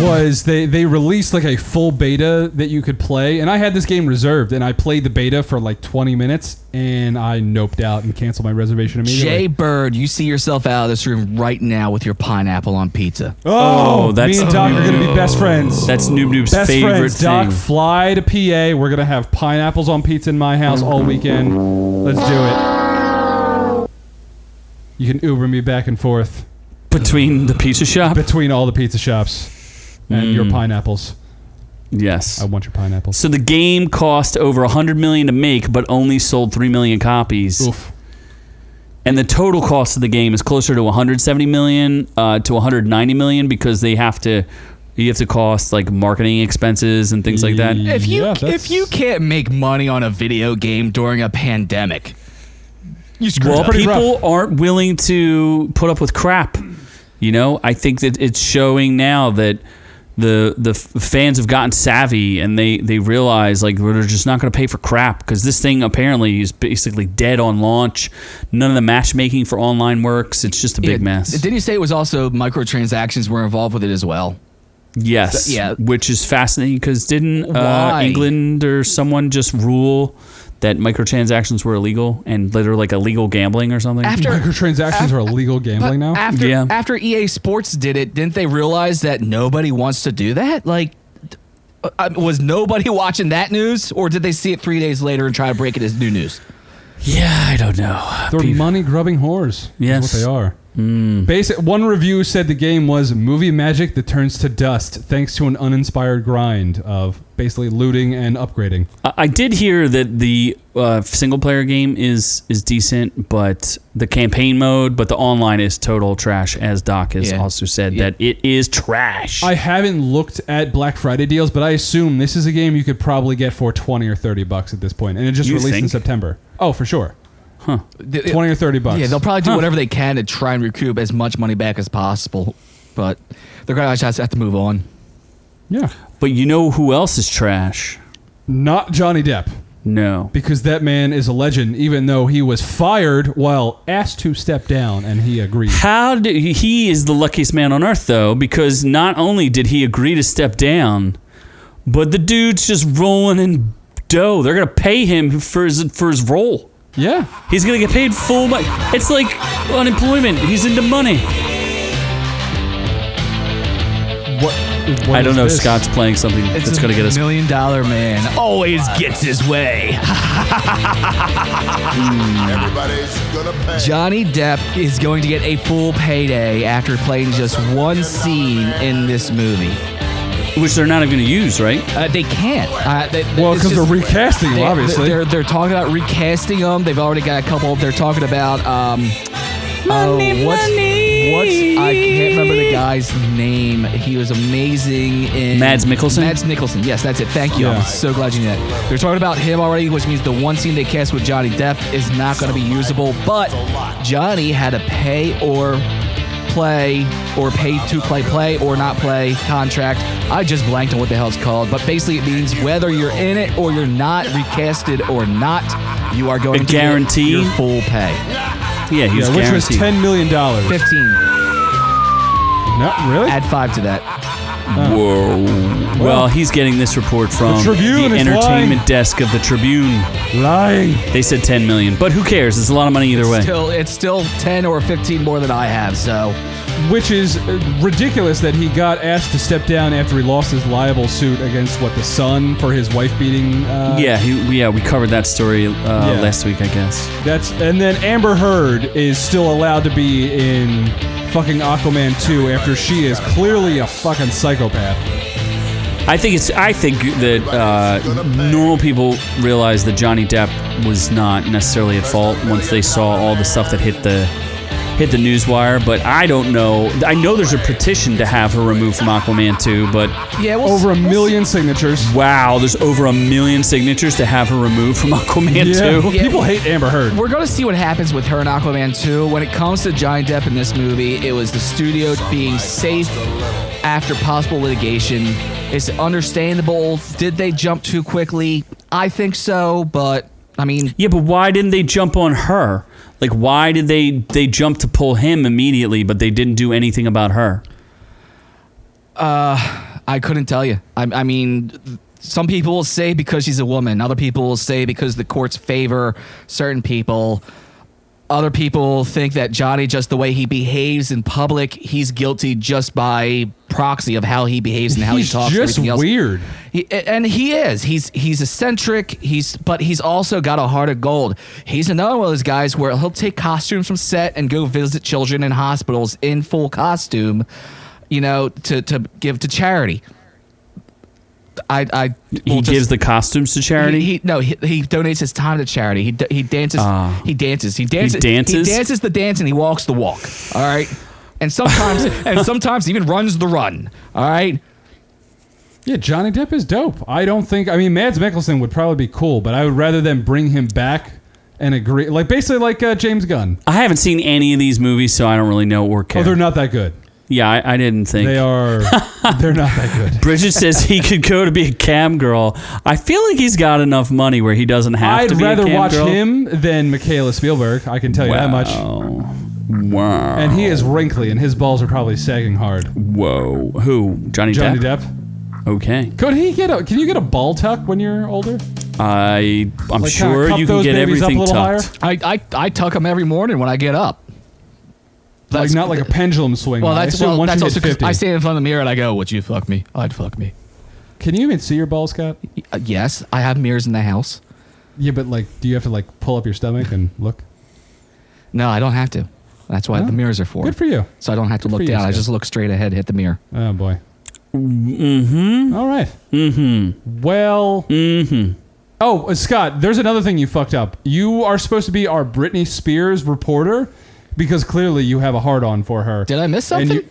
D: was they they released like a full beta that you could play and i had this game reserved and i played the beta for like 20 minutes and i noped out and canceled my reservation immediately
B: Jay Bird, you see yourself out of this room right now with your pineapple on pizza.
D: oh,
A: Oh, that's-
D: me and doc are gonna be best friends
A: That's Noob Noob's
D: best
A: favorite
D: friends
A: thing.
D: doc fly to pa we're gonna have pineapples on pizza in my house all weekend let's do it you can uber me back and forth
A: Between the pizza shop.
D: between all the pizza shops and your
A: Mm.
D: pineapples
A: Yes.
D: i want your pineapples
A: So the game cost over 100 million to make but only sold 3 million copies.
D: Oof.
A: And the total cost of the game is closer to 170 million uh, to 190 million because they have to you have to cost like marketing expenses and things like that.
D: Yeah.
B: If you
D: that's-
B: if you can't make money on a video game during a pandemic, you screwed
A: well,
B: up.
D: pretty
A: people aren't willing to put up with crap. You know, I think that it's showing now that the the f- fans have gotten savvy and they they realize like they're just not going to pay for crap because this thing apparently is basically dead on launch. None of the matchmaking for online works. It's just a big
B: Yeah,
A: mess.
B: Didn't you say it was also microtransactions were involved with it as well?
A: yes,
B: yeah.
A: which is fascinating because didn't uh,
B: Why?
A: England or someone just rule that microtransactions were illegal and that are like illegal gambling or something?
D: microtransactions are illegal gambling now
B: after
A: Yeah.
B: after EA Sports did it, didn't they realize that nobody wants to do that? Like, uh, was nobody (laughs) watching that news, or did they see it three days later and try to break it as new news?
A: yeah, I don't know.
D: They're
A: People-
D: money grubbing whores.
A: Yes. Hmm.
D: Is what they are. Basic, one review said the game was movie magic that turns to dust thanks to an uninspired grind of basically looting and upgrading.
A: I I did hear that the uh, single player game is is decent, but the campaign mode, but the online is total trash. As Doc has
B: Yeah.
A: also said
B: Yeah.
A: that it is trash.
D: I haven't looked at Black Friday deals, but I assume this is a game you could probably get for 20 or 30 bucks at this point, and it just
A: You
D: released in
A: think?
D: September. Oh, for sure.
B: Th-
D: 20 or 30 bucks.
B: Yeah, they'll probably do whatever they can to try and recoup as much money back as possible, but they're gonna just have to move on.
D: yeah.
A: but you know who else is trash?
D: Not Johnny Depp
A: No.
D: because that man is a legend even though he was fired while asked to step down and he agreed.
A: How do, he is the luckiest man on earth though, because not only did he agree to step down, but the dude's just rolling in dough. They're gonna pay him for his for his role.
D: Yeah.
A: He's gonna get paid full money. It's like unemployment. He's into money.
D: What What
A: I don't
D: is
A: know.
D: this?
A: Scott's playing something that's
B: a
A: going to get us.
B: Million Dollar Man always gets his way.
F: Everybody's gonna pay.
B: Johnny Depp is going to get a full payday after playing just one scene in this movie.
A: which they're not even going to use, right?
B: Uh, they can't. Uh, they,
D: Well,
B: it's
D: because they're
B: just-
D: recasting, him,
B: they-
D: obviously.
B: They're, they're talking about recasting them. They've already got a couple. They're talking about um,
C: Money,
B: oh, what's,
C: money.
B: What's I can't remember the guy's name. He was amazing in
A: Mads Mikkelsen?
B: Mads Mikkelsen. Yes, that's it. Thank you.
D: Yeah.
B: I'm so glad you knew that. They're talking about him already, which means the one scene they cast with Johnny Depp is not going to be usable. But Johnny had to pay or play or pay to play play or not play contract. I just blanked on what the hell it's called, but basically it means whether you're in it or you're not, recasted or not, you are going
A: A
B: to get
A: guarantee?
B: your full pay.
A: Yeah, he's
D: yeah, which was
A: guaranteed.
D: ten million dollars.
B: Fifteen.
D: No, really?
B: Add five to that.
A: Whoa. Well, he's getting this report from
D: Oh. The Tribune is
A: entertainment
D: lying.
A: desk of the Tribune.
D: Lying.
A: They said 10 million, but who cares? It's a lot of money either way.
B: Still, it's still ten or fifteen more than I have. So
D: Which is uh, ridiculous that he got asked to step down after he lost his libel suit against what the son for his wife beating. Uh,
A: Yeah, he, yeah, we covered that story uh,
D: Yeah.
A: last week, I guess.
D: That's and then Amber Heard is still allowed to be in fucking Aquaman 2 after she is clearly a fucking psychopath.
A: I think it's. I think that uh, normal people realize that Johnny Depp was not necessarily at fault once they saw all the stuff that hit the hit the newswire. But I don't know. I know there's a petition to have her removed from Aquaman 2, but
B: yeah, we'll
D: Over a million signatures.
A: wow, there's over a million signatures to have her removed from (laughs) Aquaman 2.
B: Yeah.
D: People hate Amber Heard.
B: We're going to see what happens with her in Aquaman 2. When it comes to Johnny Depp in this movie, it was the studio being safe after possible litigation. It's understandable. Did they jump too quickly? I think so, but I mean,
A: Yeah, but why didn't they jump on her? Like, why did they they jump to pull him immediately, but they didn't do anything about her?
B: I couldn't tell you. I, I mean, some people will say because she's a woman, other people will say because the courts favor certain people. Other people think that Johnny, just the way he behaves in public, he's guilty just by proxy of how he behaves and how
D: He's
B: he talks. and
D: just
B: everything else.
D: weird.
B: He, and he is. He's he's eccentric. He's but he's also got a heart of gold. He's another one of those guys where he'll take costumes from set and go visit children in hospitals in full costume, you know, to to give to charity. I I
A: He
B: will just-
A: gives the costumes to charity.
B: He, he- no, he, he donates his time to charity. He d- he dances.
A: Ah.
B: he dances. He dances.
A: dances?
B: He dances the dance and he walks the walk. All right.
A: (laughs)
B: And sometimes and sometimes even runs the run. All right.
D: Yeah, Johnny Depp is dope. I don't think. I mean, Mads Mikkelsen would probably be cool, but I would rather them bring him back and agree, like basically like uh, James Gunn.
A: I haven't seen any of these movies, so I don't really know or care.
D: Oh, they're not that good.
A: yeah, I, I didn't think.
B: (laughs)
D: They are. they're not that good.
A: Bridget says he could go to be a cam girl. I feel like he's got enough money where he doesn't have to
D: I'd
A: be a
D: rather
A: cam
D: watch
A: girl.
D: him than Michaela Spielberg. I can tell you that much.
A: Wow. Wow.
D: And he is wrinkly, and his balls are probably sagging hard.
A: Whoa. Who? Johnny,
D: Johnny
A: Depp?
D: Depp.
A: Okay.
D: Could he get a? Can you get a ball tuck when you're older?
A: I I'm
D: Like, kinda
A: sure
D: cup
A: you can
D: those
A: get
D: babies up a
A: everything
D: little higher?
A: tucked.
B: I, I, I tuck them every morning when I get up.
D: like not like a pendulum swing.
B: well,
D: I
B: that's
D: assume
B: well,
D: once
B: that's
D: you
B: also
D: hit
B: 'cause
D: 50.
B: I stand in front of the mirror and I go, "Would you fuck me? I'd fuck me."
D: Can you even see your balls, Scott?
B: Uh, yes, I have mirrors in the house.
D: Yeah, but like, do you have to like pull up your stomach and look?
B: No, I don't have to. That's why
D: Oh,
B: the mirrors are for.
D: Good for you.
B: So I don't have to
D: Good for
B: look
D: you,
B: down. I
D: Scott.
B: just look straight ahead, hit the mirror.
D: Oh boy. Mm-hmm. All right. Mm-hmm. Well. Mm-hmm. Oh, uh, Scott, there's another thing you fucked up. You are supposed to be our Britney Spears reporter because clearly you have a hard on for her.
B: Did I miss
D: And
B: something?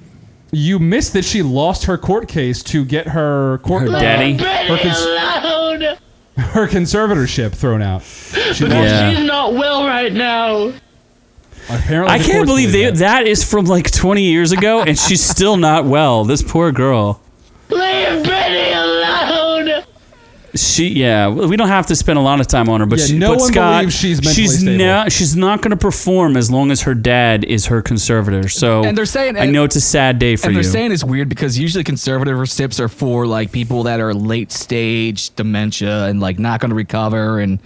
D: you, you missed that she lost her court case to get her court
A: Her daddy.
E: Betty
D: Perkins-
E: alone.
D: her conservatorship thrown out. She lost-
A: Yeah.
E: She's not well right now.
D: apparently
A: I
D: the
A: can't
D: courts
A: believe they,
D: believe that.
A: that is from like 20 years ago, and she's still not well. This poor girl.
E: Leave Betty alone.
A: She, yeah, we don't have to spend a lot of time on her, but
D: Yeah,
A: she,
D: no
A: but
D: one
A: Scott,
D: believes she's mentally
A: she's
D: stable.
A: no- she's not going to perform as long as her dad is her conservator. So,
B: And they're saying-
A: I know it's a sad day for
B: and
A: you.
B: they're saying it's weird because usually conservative sips are for like people that are late stage dementia and like not going to recover. And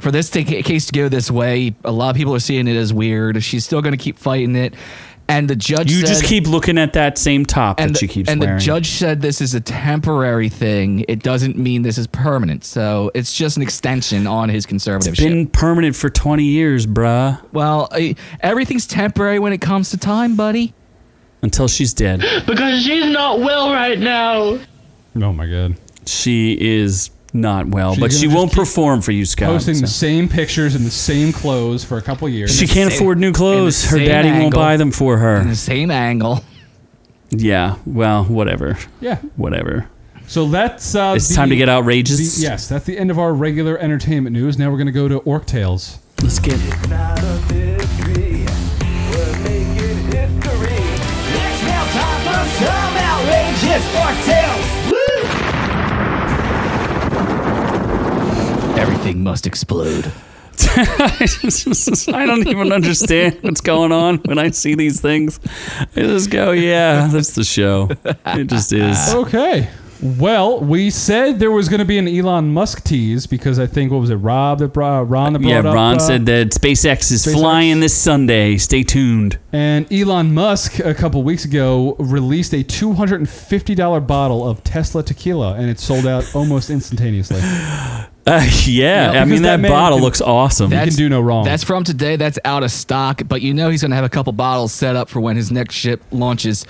B: for this to, case to go this way, a lot of people are seeing it as weird. She's still going to keep fighting it. and the judge
A: You
B: said,
A: just keep looking at that same top
B: and
A: that
B: the,
A: she keeps
B: and
A: wearing.
B: the judge said this is a temporary thing. It doesn't mean this is permanent. So it's just an extension on his conservative
A: Been permanent for 20 years, bruh.
B: Well, I, everything's temporary when it comes to time, buddy.
A: Until she's dead.
G: Because she's not well right now.
D: Oh my god.
A: She is not well,
D: She's
A: but she
D: gonna just
A: won't
D: keep
A: perform for you, Scott.
D: Posting the
A: so.
D: same pictures in the same clothes for a couple years.
A: She can't
B: same-
A: afford new clothes.
B: in the
A: Her
B: same
A: daddy won't
B: angle.
A: buy them for
B: In
A: her.
B: the same angle.
A: Yeah. Well, whatever.
D: yeah.
A: Whatever.
D: So that's uh,
A: It's
D: the-
A: time to get outrageous.
D: the- yes, that's the end of our regular entertainment news. Now we're gonna go to Orc Tales.
A: Let's get
C: It's now time for some outrageous or tales.
B: Everything must explode.
A: (laughs) I don't even understand what's going on when I see these things. I just go, yeah, that's the show. It just
D: (laughs)
A: is.
D: Okay. Well, we said there was going to be an Elon Musk tease because I think what was it, Rob that brought Ron that brought
A: Yeah,
D: up,
A: Ron
D: uh,
A: said that SpaceX is
D: SpaceX?
A: flying this Sunday. Stay tuned. (laughs)
D: And Elon Musk a couple weeks ago released a two hundred and fifty dollar bottle of Tesla tequila, and it sold out almost instantaneously.
A: Uh, yeah,
D: Yeah,
A: I mean
D: because that
A: that,
D: man
A: bottle
D: can-
A: looks awesome.
D: can do no wrong.
B: That's from today. That's out of stock, but you know he's going to have a couple bottles set up for when his next ship launches.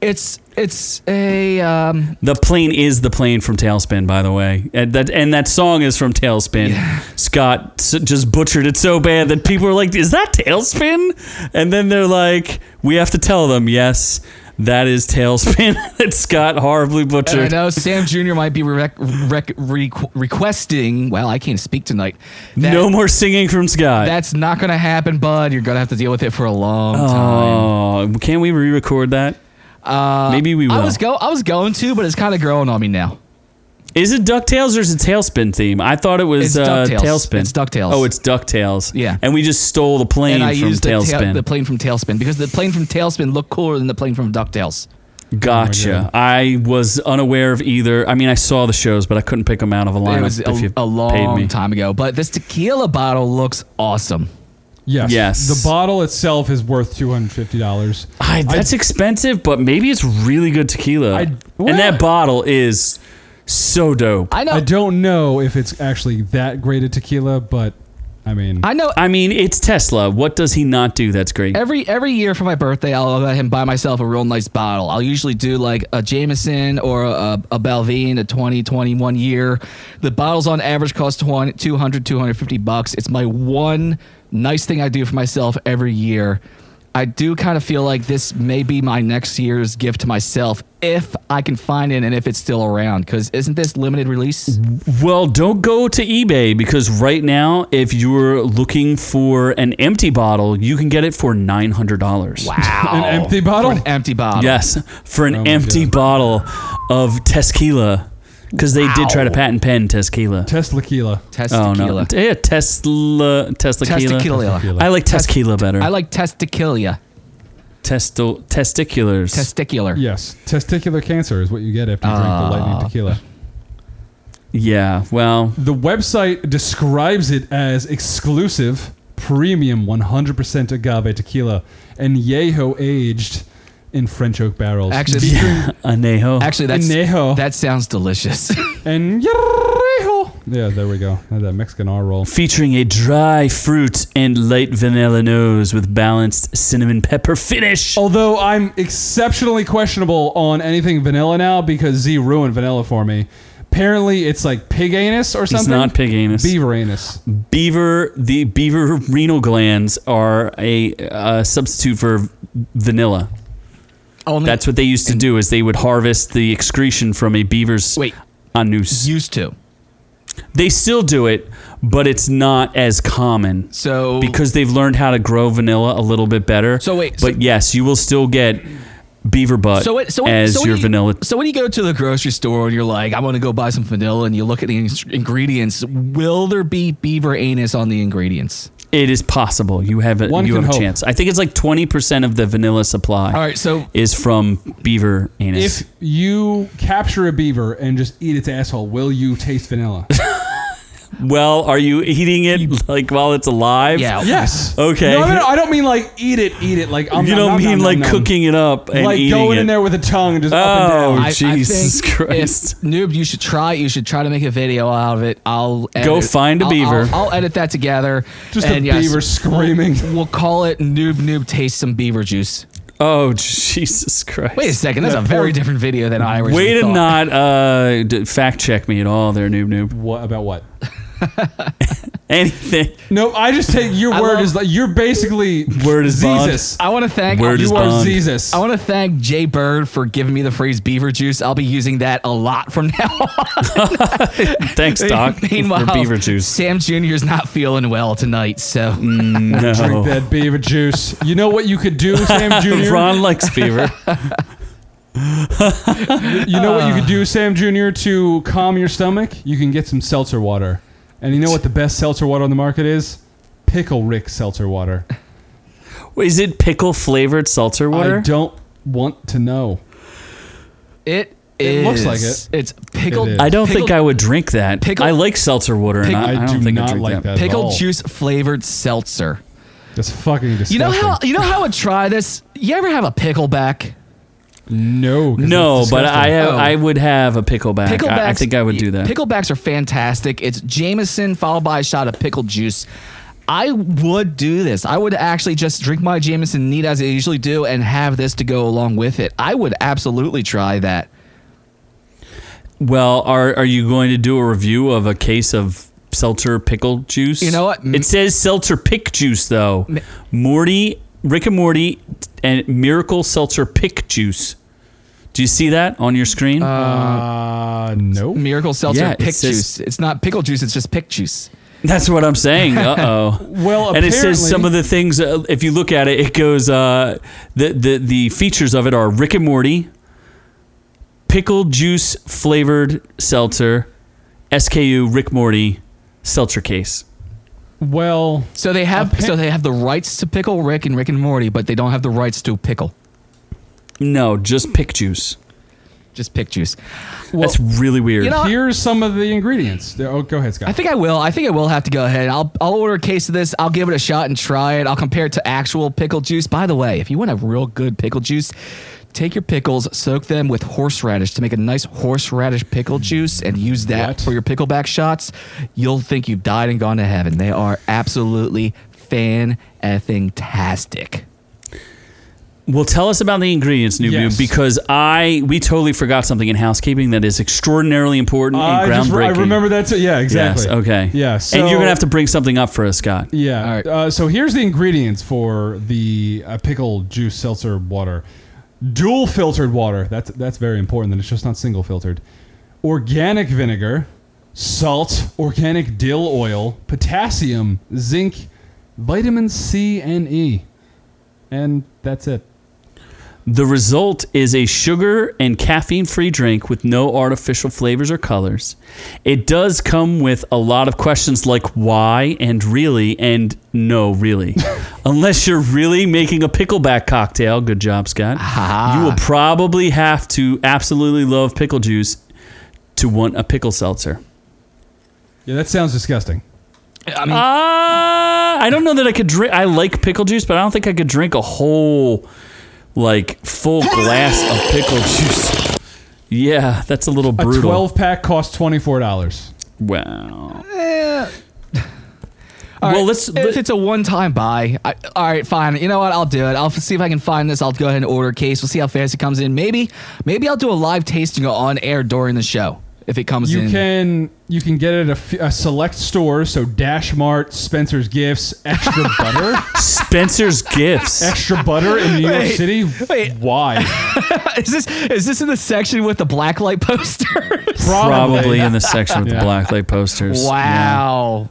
B: It's it's a um,
A: The plane is the plane from Tailspin, by the way, and that and that song is from Tailspin. Scott s- just butchered it so bad that people are like, "Is that Tailspin?" And then they're like, "We have to tell them, yes, that is Tailspin." (laughs) that Scott horribly
B: and I
A: butchered.
B: know Sam Jr. might be rec- rec- requ- requesting. Well, I can't speak tonight. That-
A: No more singing from Scott.
B: That's not going to happen, bud. You're going to have to deal with it for a long time.
A: oh, can we re-record that? Uh, Maybe we will.
B: I was go I was going to, but it's kind of growing on me now.
A: Is it Ducktales or is it Tailspin theme? I thought it was
B: It's
A: uh,
B: DuckTales.
A: Tailspin.
B: It's DuckTales.
A: Oh, it's Ducktales.
B: Yeah.
A: and we just stole the plane
B: and I
A: from
B: used the,
A: Tailspin.
B: tail, the plane from Tailspin because the plane from Tailspin looked cooler than the plane from DuckTales. Oh
A: Gotcha. I was unaware of either. I mean, I saw the shows, but I couldn't pick them out of a lineup.
B: it was
A: if you
B: a, a
A: paid
B: long
A: me.
B: time ago, but this tequila bottle looks awesome.
D: Yes.
A: Yes.
D: The bottle itself is worth two hundred fifty dollars.
A: I, that's expensive, but maybe it's really good tequila.
D: I-
A: and
D: well-
A: that bottle is so dope.
B: I know.
D: I
B: I,
D: don't know if it's actually that great a tequila, but I mean,
B: know.
A: I mean, it's Tesla. What does he not do? That's great.
B: Every every year for my birthday, I'll let him buy myself a real nice bottle. I'll usually do like a Jameson or a, a Balvine, a 20, 21 year. The bottles on average cost 20, 200, 250 bucks. It's my one nice thing I do for myself every year. I do kind of feel like this may be my next year's gift to myself if I can find it and if it's still around. Because isn't this limited release?
A: Well, don't go to eBay because right now, if you're looking for an empty bottle, you can get it for nine hundred dollars. Wow.
D: an empty bottle.
B: For an empty bottle.
A: Yes, for an
D: Oh my
A: empty bottle of Tesquila, because they did try to patent pen Tesquila.
D: Tesla tequila.
B: Test
A: Oh
B: tequila.
A: no! Yeah, Tesla, Tesla, (laughs)
B: Testicular.
A: I like Tesquila better.
B: I like testiculia.
A: Testo, testiculars.
B: Testicular.
D: Yes, testicular cancer is what you get after you drink the
A: Ah.
D: lightning tequila.
A: yeah. Well, (laughs)
D: The website describes it as exclusive, premium, 100% agave tequila and yeho aged in French oak barrels.
B: Actually,
A: anejo.
B: Actually, that's
D: Anejo.
B: that
A: (laughs)
B: sounds delicious.
D: and yeho. Yeah, there we go. Had that Mexican R roll.
A: featuring a dry fruit and light vanilla nose with balanced cinnamon pepper finish.
B: Oh.
D: Although I'm exceptionally questionable on anything vanilla now because Z ruined vanilla for me. Apparently, it's like pig anus or
A: it's
D: something.
A: not pig anus.
D: Beaver anus.
A: beaver the beaver renal glands are a uh, substitute for vanilla
B: Only
A: that's what they used to do is they would harvest the excretion from a beaver's
B: Wait.
A: anus
B: used to.
A: they still do it but it's not as common
B: So
A: because they've learned how to grow vanilla a little bit better
B: So wait,
A: but
B: so-
A: yes you will still get beaver butt
B: so it, so when-
A: as
B: so when
A: your
B: you-
A: vanilla
B: So when you go to the grocery store and you're like, I want to go buy some vanilla, and you look at the in- ingredients, will there be beaver anus on the ingredients?
A: it is possible you have a
D: One
A: you
D: can
A: have a
D: hope.
A: chance i think it's like 20% of the vanilla supply
B: All right, so
A: is from beaver anus
D: If
B: (laughs)
D: you capture a beaver and just eat its asshole, will you taste vanilla?
A: well, are you eating it like while it's alive?
B: Yeah.
D: Yes.
A: Okay.
D: No, no, no, I don't mean like eat it, eat it. Like um,
A: You don't
D: nom, nom,
A: mean
D: nom,
A: like
D: nom, nom.
A: cooking it up and
D: Like
A: eating
D: going
A: it.
D: in there with a tongue and just up
A: Oh,
D: and down.
B: I- I
A: Jesus
B: think if-
A: Christ.
B: Noob, you should try. You should try to make a video out of it. I'll edit,
A: Go find a
B: I'll-
A: beaver.
B: I'll, I'll edit that together.
D: Just
B: and
D: a
B: yes, (laughs)
D: beaver screaming.
B: We'll call it Noob Noob Taste Some Beaver Juice.
A: Oh, Jesus Christ.
B: Wait a second, that's a very different video than I originally
A: Way to
B: thought.
A: not uh, d- fact check me at all there, Noob Noob.
D: What about what?
A: Anything.
D: No, I just take your
B: I
D: word
B: love-
D: is like you're basically
A: (laughs) Word is bond.
D: Jesus.
B: I want to thank
A: Word
B: you
A: is
D: You
B: are-
A: bond.
D: are Jesus.
B: I want to thank Jay Bird for giving me the phrase beaver juice. I'll be using that a lot from now (laughs) on.
A: Thanks, Doc.
B: Meanwhile,
A: for beaver juice. Mm.
B: Sam Jr. is not feeling well tonight, so
A: No.
D: that beaver juice. You know what you
A: (laughs)
D: could do, Sam Jr.
A: Ron (laughs) likes beaver.
D: You know what you could do, Sam Jr. To calm your stomach, you can get some seltzer water. And you know what the best seltzer water on the market is? Pickle Rick seltzer water.
A: Is it pickle flavored seltzer water?
D: I don't want to know.
B: it
D: It
B: is.
D: looks like it.
B: It's pickled.
D: It is.
A: I don't
B: pickled-
A: think I would drink that.
B: pickle-
A: I like seltzer water, and
B: pickle-
A: I, I
D: I
A: don't
D: do
A: think I
D: not
A: drink
D: like
A: that.
D: that.
B: pickled
D: all.
B: juice flavored seltzer.
D: That's fucking disgusting.
B: You know how you know how I would try this. You ever have a pickleback?
D: No. 'cause
A: No,
D: that's
A: but I
D: disgusting.
A: have,
B: Oh.
A: I would have a pickleback. I-
B: Picklebacks.
A: I, think I would do that.
B: Picklebacks are fantastic. It's Jameson followed by a shot of pickle juice. I would do this. I would actually just drink my Jameson neat as I usually do and have this to go along with it. I would absolutely try that.
A: well, are are you going to do a review of a case of seltzer pickle juice?
B: You know what? M-
A: It says seltzer pick juice though. Morty, Rick and Morty, and Miracle Seltzer pick juice. Do you see that on your screen?
D: Uh, no.
B: Miracle seltzer
A: Yeah,
B: pick
A: it's
B: juice.
A: just-
B: It's not pickle juice, it's just pick juice.
A: That's what I'm
B: (laughs)
A: saying. Uh oh.
D: Well,
A: and it says
D: apparently-
A: some of the things. Uh, if you look at it, it goes. Uh, the the the features of it are Rick and Morty, pickle juice flavored seltzer, SKU Rick Morty seltzer case.
D: Well,
B: So they have
D: pick-
B: so they have the rights to pickle Rick and Rick and Morty, but they don't have the rights to pickle.
A: No, just pick juice.
B: Just pick juice.
A: That's really weird.
B: You know-
D: here's some of the ingredients. There- Oh, go ahead, Scott.
B: I think I will. I think I will have to go ahead. I'll I'll order a case of this. I'll give it a shot and try it. I'll compare it to actual pickle juice. By the way, if you want a real good pickle juice, take your pickles, soak them with horseradish to make a nice horseradish pickle juice, and use that
D: What?
B: for your pickleback shots. You'll think you've died and gone to heaven. They are absolutely fan effing tastic.
A: Well, tell us about the ingredients, Noob
D: Yes.
A: Noob, because I we totally forgot something in housekeeping that is extraordinarily important
D: I,
A: and
D: just,
A: groundbreaking.
D: I remember that. Too. Yeah, exactly.
A: Yes. Okay.
D: Yeah.
A: and you're
D: so-
A: gonna have to bring something up for us, Scott.
D: Yeah.
B: All right.
D: Uh, so here's the ingredients for the uh, pickle juice seltzer water: dual filtered water. That's that's very important. That it's just not single filtered. Organic vinegar, salt, organic dill oil, potassium, zinc, vitamin C and E, and that's it.
A: The result is a sugar and caffeine free drink with no artificial flavors or colors. It does come with a lot of questions like why and really and no, really. Unless you're really making a pickleback cocktail, good job, Scott. You will probably have to absolutely love pickle juice to want a pickle seltzer.
D: Yeah, that sounds disgusting.
B: I mean,
A: Uh, I don't know that I could drink. I like pickle juice, but I don't think I could drink a whole, like, full glass of pickle juice. Yeah, that's a little
D: A
A: brutal.
D: twelve pack costs twenty four dollars.
A: wow.
B: Eh. All
A: well,
B: right,
A: let's.
B: If it's a one-time buy, I, all right, fine. You know what? I'll do it. I'll see if I can find this. I'll go ahead and order a case. We'll see how fast it comes in. Maybe, maybe I'll do a live tasting on air during the show if it comes
D: You
B: in.
D: can you can get it at a f- a select stores, so Dash Mart, Spencer's Gifts,
B: (laughs)
D: Extra Butter.
A: Spencer's gifts.
D: extra butter in New York
B: Wait,
D: City?
B: wait. (laughs)
D: Why?
B: (laughs) is this is this in the section with the blacklight posters?
A: Probably in the section with
D: Yeah.
A: the blacklight posters.
B: (laughs) wow.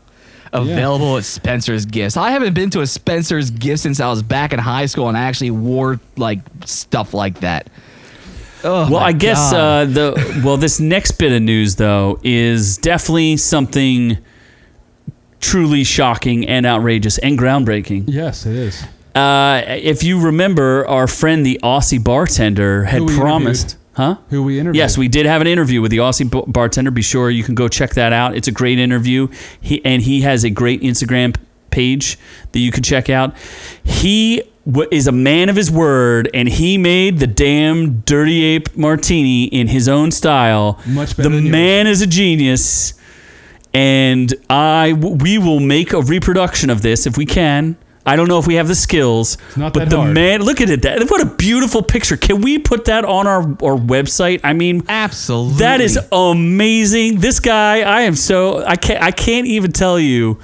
B: Available at Spencer's Gifts. I haven't been to a Spencer's Gift since I was back in high school and I actually wore like stuff like that. Oh,
A: Well,
B: my
A: I guess
B: God.
A: uh, the well, this next bit of news though is definitely something truly shocking and outrageous and groundbreaking.
D: Yes, it is.
A: Uh, if you remember, our friend the Aussie bartender had
D: Who we
A: promised,
D: interviewed.
A: Huh?
D: Who we interviewed?
A: Yes, we did have an interview with the Aussie b- bartender. Be sure you can go check that out. It's a great interview. He and he has a great Instagram page that you can check out. He w- is a man of his word, and he made the damn dirty ape martini in his own style.
D: Much better
A: The
D: than yours.
A: man is a genius, and I w- we will make a reproduction of this if we can. I don't know if we have the skills,
D: not
A: but
D: that
A: the
D: hard.
A: man, look at it. That what a beautiful picture. Can we put that on our our website? I mean,
B: Absolutely.
A: that is amazing. This guy, I am so I can't I can't even tell you.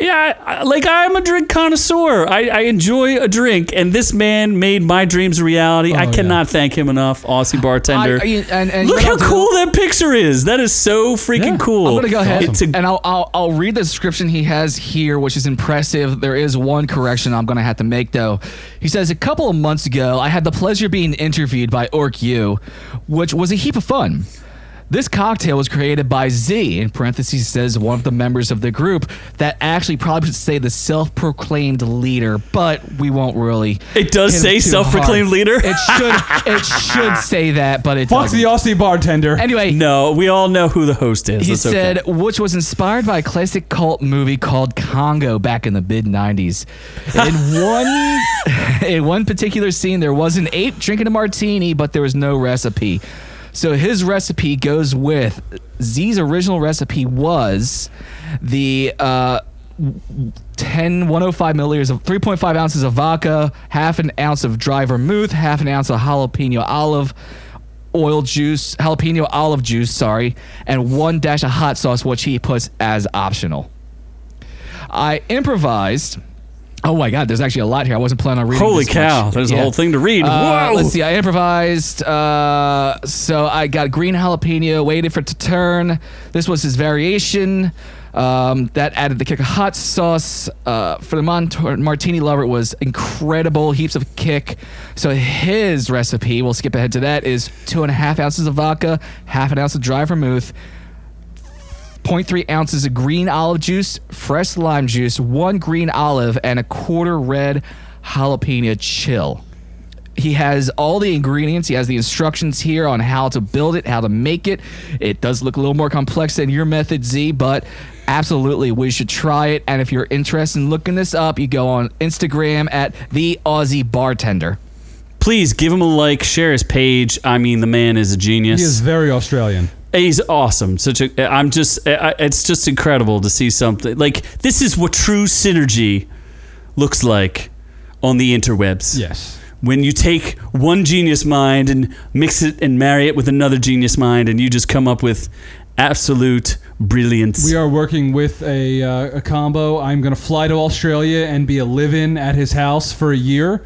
A: Yeah, I, I- like I'm a drink connoisseur. I, I enjoy a drink, and this man made my dreams a reality. I
D: yeah.
A: cannot thank him enough, Aussie bartender.
B: Oh, I- I- and- and
A: Look
B: what
A: how
B: I'll do-
A: cool that picture is. That is so freaking
D: Yeah,
A: cool.
B: I'm gonna go ahead
A: It's a-
B: and I'll, I'll I'll read the description he has here, which is impressive. There is one correction I'm gonna have to make though. He says a couple of months ago, I had the pleasure of being interviewed by Orc U, which was a heap of fun. This cocktail was created by Z, in parentheses says one of the members of the group that actually probably should say the self-proclaimed leader, but we won't really.
A: It does
B: hit him
A: say
B: too
A: self-proclaimed
B: hard.
A: leader?
B: It should it should say that, but it
D: Fuck
B: doesn't.
D: the Aussie bartender.
B: anyway,
A: no, we all know who the host is.
B: he
A: That's okay.
B: said, which was inspired by a classic cult movie called Congo back in the mid 90s.
A: (laughs)
B: In one (laughs) in one particular scene, there was an ape drinking a martini, but there was no recipe. So his recipe goes with Z's original recipe was the uh, 10 105 milliliters of 3.5 ounces of vodka, half an ounce of dry vermouth, half an ounce of jalapeno olive oil juice, jalapeno olive juice, sorry, and one dash of hot sauce, which he puts as optional. I improvised. Oh my God, there's actually a lot here. I wasn't planning on reading.
A: Holy
B: this
A: cow,
B: much.
A: there's a
B: Yeah.
A: whole thing to read.
B: Uh,
A: Whoa!
B: Let's see. I improvised. Uh, so I got green jalapeno, waited for it to turn. This was his variation. Um, that added the kick of hot sauce. Uh, for the Montor- martini lover, it was incredible. Heaps of kick. So his recipe, we'll skip ahead to that, is two and a half ounces of vodka, half an ounce of dry vermouth, 0.3 ounces of green olive juice, fresh lime juice, one green olive, and a quarter red jalapeno chill. He has all the ingredients. He has the instructions here on how to build it, how to make it. It does look a little more complex than your method, Z, but absolutely we should try it. And if you're interested in looking this up, you go on Instagram at the Aussie Bartender.
A: Please give him a like, share his page. I mean, the man is a genius.
D: He is very Australian.
A: He's awesome. Such a. I'm just. I, it's just incredible to see something like this. Is what true synergy looks like on the interwebs.
D: Yes.
A: When you take one genius mind and mix it and marry it with another genius mind, and you just come up with absolute brilliance.
D: We are working with a, uh, a combo. I'm going to fly to Australia and be a live in at his house for a year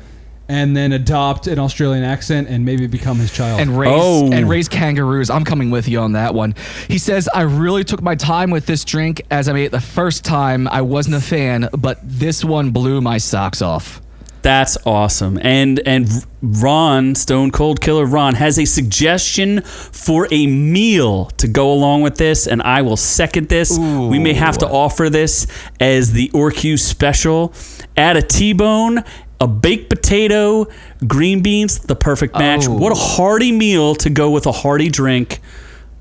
D: and then adopt an Australian accent and maybe become his child.
B: and raise
A: Oh.
B: and raise kangaroos. I'm coming with you on that one. He says, "I really took my time with this drink as I made it the first time. I wasn't a fan, but this one blew my socks off."
A: That's awesome. And and Ron Stone Cold Killer Ron has a suggestion for a meal to go along with this, and I will second this. We may have to offer this as the Orcu special. Add a T-bone, a baked potato, green beans, the perfect match.
B: Oh.
A: What a hearty meal to go with a hearty drink.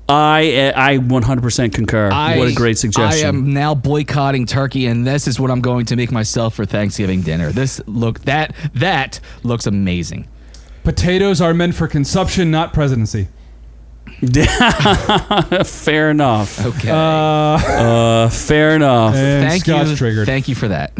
A: I I 100% concur.
B: I,
A: what a great suggestion.
B: I am now boycotting turkey, and this is what I'm going to make myself for Thanksgiving dinner. This look that that looks amazing.
D: Potatoes are meant for consumption, not presidency.
A: fair enough.
B: (laughs) Okay.
A: Uh, fair enough.
D: And
B: Thank
D: Scott's
B: you.
D: triggered.
B: Thank you for that.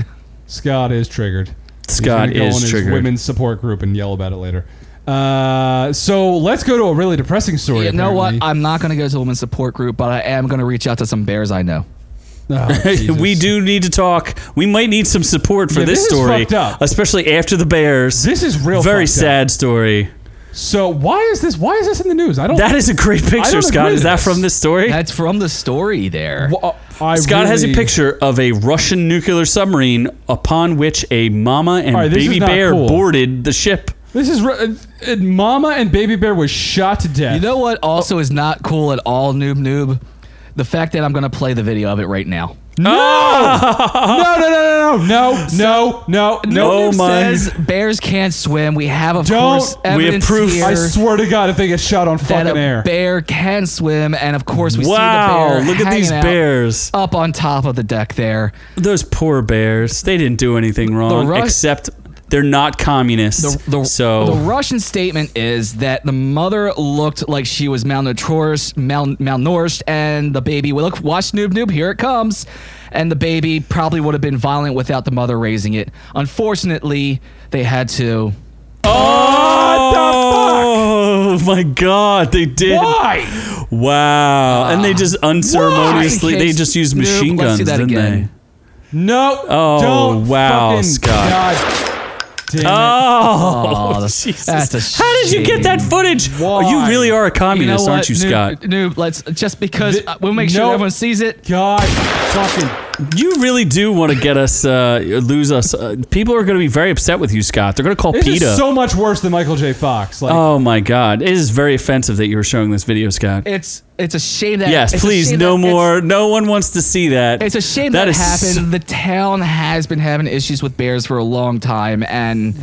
D: Scott is triggered.
A: Scott
D: He's gonna go
A: is
D: on his
A: triggered.
D: women's support group and yell about it later. Uh, so let's go to a really depressing story.
B: You know what?
D: apparently.
B: I'm not going to go to the women's support group, but I am going to reach out to some bears I know.
D: Oh, Jesus.
A: (laughs) we do need to talk. We might need some support for
D: Yeah,
A: this,
D: this is
A: story,
D: fucked up.
A: especially after the Bears.
D: This is real
A: Very
D: fucked up.
A: sad story.
D: So why is this? Why is this in the news? I don't.
A: That is a great picture,
D: agree
A: Scott.
D: with
A: Is that
D: this.
A: from this story?
B: That's from the story there.
D: Wha- uh, I
A: Scott has a
D: really-
A: picture of a Russian nuclear submarine upon which a mama and
D: All right, this
A: baby
D: is not
A: bear
D: cool.
A: boarded the ship.
D: This is re- uh, uh, Mama and Baby Bear was shot to death.
B: You know what also is not cool at all, Noob Noob? The fact that I'm going to play the video of it right now.
D: No, no, no, no, no, no, no, no, no.
A: Oh my-
B: says bears can't swim. We have, of
D: Don't-
B: course,
D: we have
B: evidence
A: proof.
B: here
D: I swear to God, if they get shot on
B: that
D: fucking
B: a
D: air.
B: bear can swim, and of course, we see
A: Wow,
B: the bear.
A: look at these
B: hanging out
A: bears.
B: up on top of the deck there.
A: Those poor bears. They didn't do anything wrong
B: Rus-
A: except they're not communists.
B: The, the,
A: so
B: the Russian statement is that the mother looked like she was malnourished, mal, malnourished, and the baby. Well, look, watch Noob Noob, here it comes, and the baby probably would have been violent without the mother raising it. Unfortunately, they had to.
A: Oh my god, they did.
D: Why?
A: Wow. and they just unceremoniously
B: Why?
A: they just used
B: Nope,
A: machine
B: let's
A: guns,
B: do that
A: didn't
B: again.
D: No.
A: Oh,
D: don't
A: wow,
D: fucking-
A: Scott.
D: God damn it.
A: they? Oh,
B: Oh, that's-
A: Jesus.
B: that's a
A: How did you get that footage? Oh,
D: Why?
A: You really are a
B: You know
A: communist,
B: what,
A: aren't you,
B: Noob-
A: Scott?
B: Noob, let's just because
D: Th-
B: uh, we'll make
D: no.
B: sure everyone sees it.
D: God fucking.
A: You really do want to get us, uh, lose us. Uh, people are going to be very upset with you, Scott. They're going to call
D: This
A: PETA.
D: is so much worse than Michael J. Fox. Like,
A: oh my God! It is very offensive that you were showing this video, Scott.
B: It's it's a shame that
A: yes,
B: it's a
A: please,
B: shame
A: no
B: that it's-
A: more. No one wants to see that.
B: It's a shame that,
A: is so-
B: happened. the town has been having issues with bears for a long time, and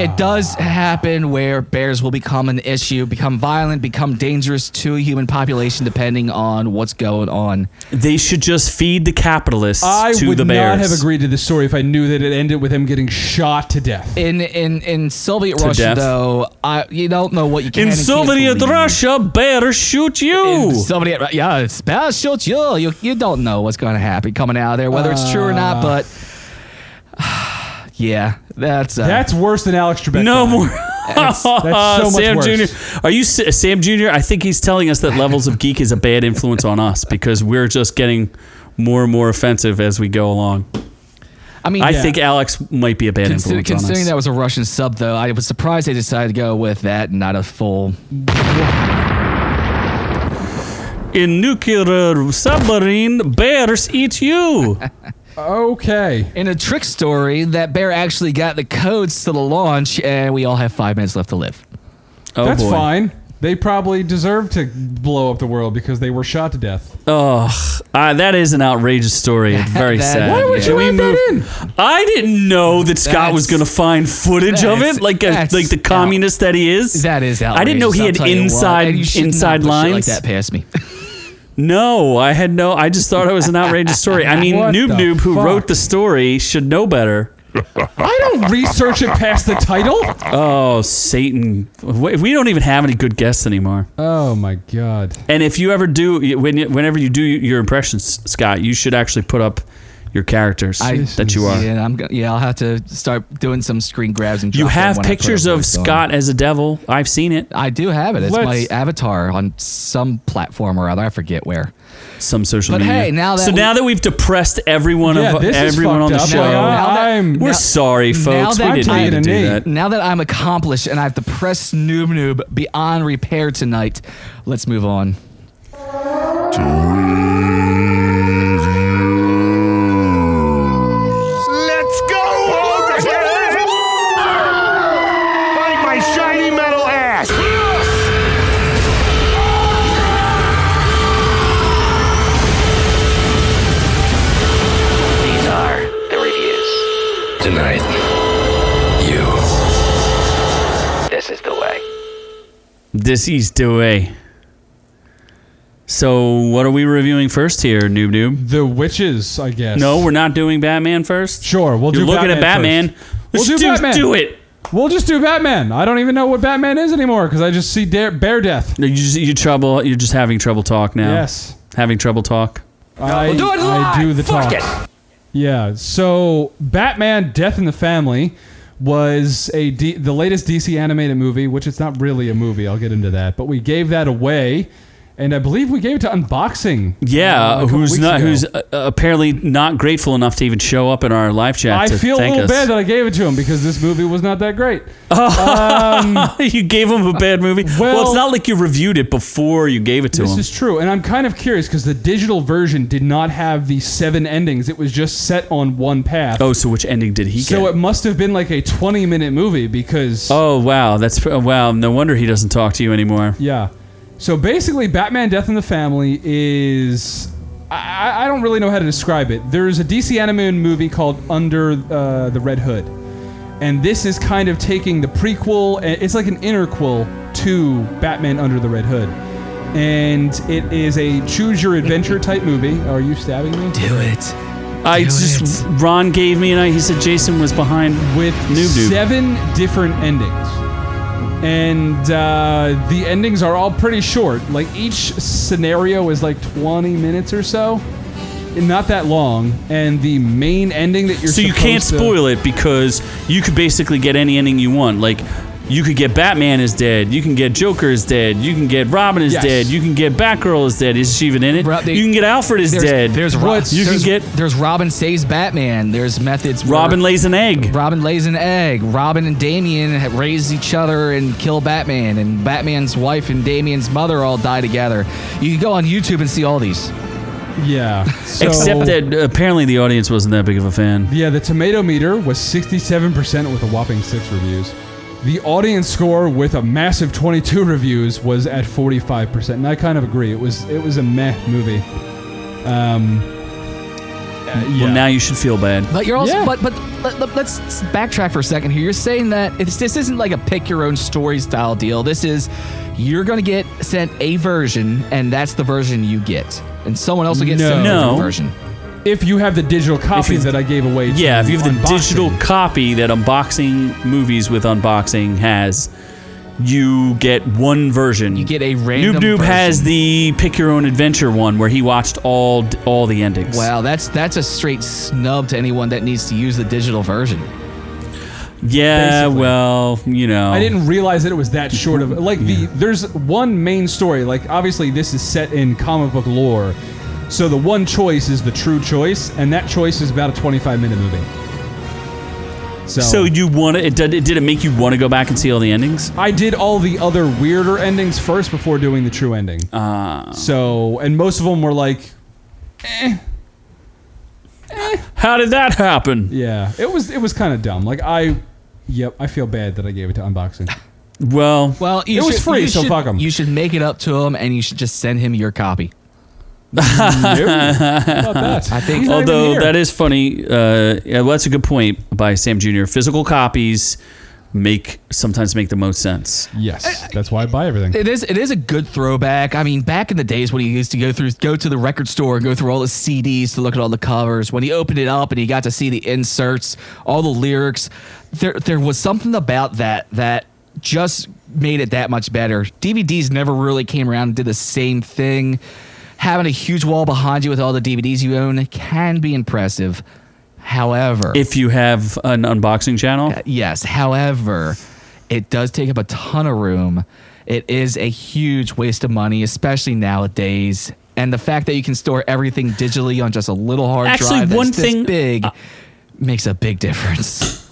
B: it does happen where bears will become an issue, become violent, become dangerous to a human population, depending on what's going on.
A: They should just feed the capitalists
D: I
A: to
D: would
A: the bears.
D: not have agreed to this story if I knew that it ended with him getting shot to death.
B: In in in Soviet Russia,
A: death.
B: though, I you don't know what you can.
A: In
B: and can't
A: Soviet
B: believe.
A: Russia, bears shoot you.
B: In Soviet, yeah, it's special. You you you don't know what's going to happen coming out of there, whether it's true or not. But (sighs) yeah, that's uh,
D: That's worse than Alex Trebek.
A: no
D: died.
A: more. (laughs)
D: that's so much
A: Sam
D: worse.
A: Jr. Are you S- Sam Jr.? I think he's telling us that Levels of Geek is a bad influence on us because we're just getting more and more offensive as we go along.
B: I mean,
A: I
B: yeah.
A: think Alex might be a bad
B: Consi-
A: influence on
B: considering
A: us.
B: that was a Russian sub, though, I was surprised they decided to go with that, and not a full.
A: In nuclear submarine, bears eat you.
D: Okay.
B: In a trick story, that bear actually got the codes to the launch, and we all have five minutes left to live.
A: Oh
D: That's
A: boy.
D: fine. They probably deserve to blow up the world because they were shot to death.
A: Oh, that is an outrageous story. It's very
B: That-
A: sad.
B: Why would
A: yeah.
B: you
D: Should we move-
A: I didn't know that Scott was going
B: That's-
A: to find footage of
B: that's-
A: it, like a,
B: that's
A: like the
B: out-
A: communist that he is.
B: That is outrageous.
A: I didn't know he
B: I'll
A: had
B: tell you what,
A: inside
B: and you should not
A: inside
B: put shit
A: lines.
B: like that past me.
A: No, I had no. I just thought it was an outrageous story.
B: (laughs)
A: I mean,
D: What
A: Noob
D: the
A: Noob, who
D: fuck?
A: wrote the story, should know better.
D: I don't research it past the title.
A: Oh, Satan! We we don't even have any good guests anymore.
D: Oh my god.
A: And if you ever do, when you- whenever you do your impressions, Scott, you should actually put up your characters that you are.
B: (laughs) Yeah, I'm. go- Yeah, I'll have to start doing some screen grabs and.
A: You
B: drop them
A: have
B: when I put
A: pictures
B: up
A: of
B: what's going
A: Scott
B: on.
A: as a devil. I've seen it.
B: I do have it. It's my
D: Let's-
B: avatar on some platform or other. I forget where.
A: Some social
B: But
A: media.
B: hey, now that
A: so
B: we-
A: now that we've depressed everyone
D: Yeah,
A: of
D: this is
A: everyone on the
D: fucked up.
A: show,
D: Like,
B: Now that-
D: I'm-
A: we're
B: now-
A: sorry,
B: now
A: folks. We
B: that
A: didn't
D: I'm
A: need to do
D: taking a
A: that.
B: Now that I'm accomplished and I have depressed Noob Noob beyond repair tonight, let's move on.
F: Let's go! Find my shiny metal ass!
E: These are the reviews. Tonight, you. This is the way.
A: This is the way. So, what are we reviewing first here, Noob Noob?
D: The witches, I guess.
A: No, we're not doing Batman first.
D: Sure, we'll
A: You're
D: do
A: looking at Batman.
D: Batman
A: Let's
D: We'll do
A: do,
D: Batman.
A: do it.
D: We'll just do Batman. I don't even know what Batman is anymore because I just see dare, bear death.
A: No, You just, you trouble. You're just having trouble talk now.
D: Yes.
A: having trouble talk.
D: I,
E: do it
D: I
E: live.
D: do the
E: Fuck
D: talk. Yeah. So Batman: Death in the Family was a D- the latest DC animated movie, which it's not really a movie. I'll get into that, but we gave that away, and I believe we gave it to unboxing.
A: Yeah,
D: uh, a couple
A: who's
D: weeks
A: not?
D: ago.
A: Who's uh, apparently not grateful enough to even show up in our live chat?
D: I
A: to
D: feel a
A: thank
D: little
A: us.
D: bad that I gave it to him because this movie was not that great.
A: (laughs) you gave him a bad movie. Well,
D: Well-
A: it's not like you reviewed it before you gave it to
D: This
A: him.
D: is true, and I'm kind of curious because the digital version did not have the seven endings. It was just set on one path.
A: oh, so which ending did he
D: so
A: get?
D: it must have been like a 20 minute movie because
A: oh wow, that's oh, wow. No wonder he doesn't talk to you anymore.
D: yeah. So basically, Batman: Death in the Family is I, I don't really know how to describe it. There's a DC anime movie called Under uh, the Red Hood, and this is kind of taking the prequel. and It's like an interquel to Batman Under the Red Hood, and it is a choose your adventure type movie. Are you stabbing me?
B: Do it.
A: I
B: Do
A: just Ron gave me and I, he said Jason was behind
D: with
A: Noob Noob.
D: seven different endings. And uh, the endings are all pretty short. Like each scenario is like 20 minutes or so, and not that long. And the main ending that you're
A: so you can't
D: supposed to-
A: spoil it because you could basically get any ending you want. Like you could get Batman is dead, you can get Joker is dead, you can get Robin is
D: Yes.
A: dead, you can get Batgirl is dead. Is she even in it?
B: Rob, they-
A: you can get Alfred is
B: There's,
A: dead.
B: There's Ro-
A: What? You can
B: there's-
A: get
B: There's Robin saves Batman. There's methods. where-
A: Robin lays an egg.
B: Robin lays an egg. Robin and Damien ha- raise each other and kill Batman. And Batman's wife and Damien's mother all die together. You can go on YouTube and see all these.
A: (laughs)
D: Yeah. So,
A: Except that uh, apparently the audience wasn't that big of a fan.
D: Yeah, the tomato meter was 67% with a whopping six reviews. The audience score with a massive 22 reviews was at 45%, and I kind of agree. It was it was a meh movie. Um, uh, yeah.
A: Well, now you should feel bad.
B: But you're also,
D: Yeah.
B: but but let, let, us backtrack for a second here. You're saying that it's, this isn't like a pick your own story style deal. This is you're going to get sent a version, and that's the version you get, and someone else will get
D: No.
B: sent a
A: No.
B: different version.
D: if you have the digital copy
A: you-
D: that I gave away. to
A: Yeah, if you have the
D: unboxing.
A: digital copy that unboxing movies with unboxing has, you get one version.
B: You get a random
A: Noob Noob
B: version.
A: has the pick your own adventure one where he watched all all the endings.
B: Wow, that's that's a straight snub to anyone that needs to use the digital version.
A: Yeah,
D: basically.
A: well, you know.
D: I didn't realize that it was that short of like the there's one main story. Like obviously this is set in comic book lore, so the one choice is the true choice, and that choice is about a 25 minute movie. So,
A: So you want to, it did, it did it make you want to go back and see all the endings?
D: I did all the other weirder endings first before doing the true ending.
A: Uh,
D: so and most of them were like
A: how did that happen?
D: yeah, it was it was kind of dumb. Like I, yep, I feel bad that I gave it to
A: (laughs)
D: unboxing.
A: Well,
B: Well, you
D: It was
B: should-
D: free,
B: you
D: so
B: should-
D: fuck 'em.
B: You should make it up to him, and you should just send him your copy.
D: no, not that.
B: I think-
D: He's not even
A: although
D: here.
A: that is funny, uh, yeah, well, that's a good point by Sam Jr. Physical copies make sometimes make the most sense.
D: Yes, that's why I buy everything.
B: It is. It is a good throwback. I mean, back in the days when he used to go through, go to the record store, and go through all his CDs to look at all the covers. When he opened it up and he got to see the inserts, all the lyrics, there there was something about that that just made it that much better. DVDs never really came around and did the same thing. Having a huge wall behind you with all the DVDs you own can be impressive. However,
A: If you have an unboxing channel,
B: Yes. However, it does take up a ton of room. It is a huge waste of money, especially nowadays. And the fact that you can store everything digitally on just a little hard
A: Actually,
B: drive that's
A: one
B: this
A: thing- uh,
B: big makes a big difference.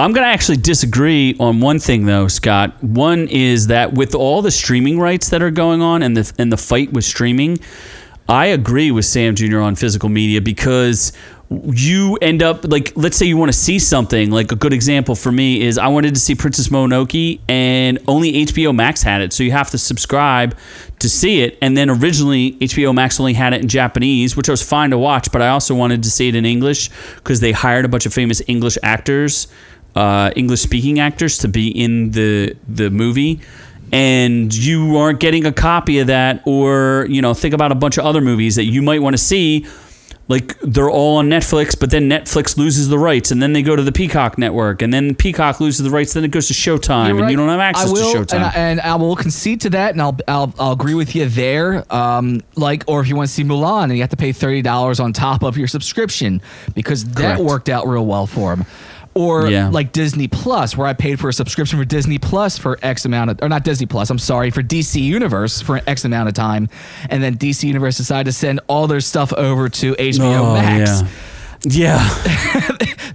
A: I'm going to actually disagree on one thing though, Scott. One is that with all the streaming rights that are going on and the and the fight with streaming, I agree with Sam Jr. on physical media because you end up like let's say you want to see something like a good example for me is I wanted to see Princess Mononoke and only HBO Max had it so you have to subscribe to see it and then originally HBO Max only had it in Japanese which I was fine to watch but I also wanted to see it in English because they hired a bunch of famous English actors uh, English speaking actors to be in the the movie and you aren't getting a copy of that or you know think about a bunch of other movies that you might want to see like they're all on Netflix but then Netflix loses the rights and then they go to the Peacock network and then Peacock loses the rights then it goes to Showtime
B: You're
A: and
B: right.
A: you don't have access
B: I will,
A: to Showtime
B: And I, and I will concede to that, and I'll, I'll I'll agree with you there. Um, like, or if you want to see Mulan, and you have to pay thirty dollars on top of your subscription because that
A: Correct.
B: worked out real well for him. Or
A: Yeah.
B: like Disney Plus, where I paid for a subscription for Disney Plus for X amount of, or not Disney Plus, I'm sorry, for DC Universe for X amount of time, and then DC Universe decided to send all their stuff over to HBO
A: Oh,
B: Max.
A: yeah.
B: (laughs)
A: yeah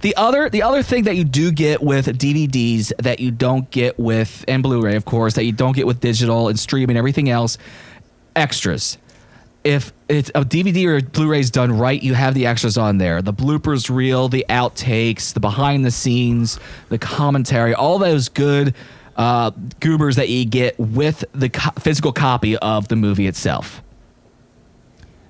B: The other the other thing that you do get with DVDs that you don't get with and Blu-ray, of course, that you don't get with digital and stream and everything else, extras. If it's a DVD or a Blu-ray is done right, you have the extras on there. The bloopers reel, the outtakes, the behind the scenes, the commentary, all those good uh, goobers that you get with the co- physical copy of the movie itself.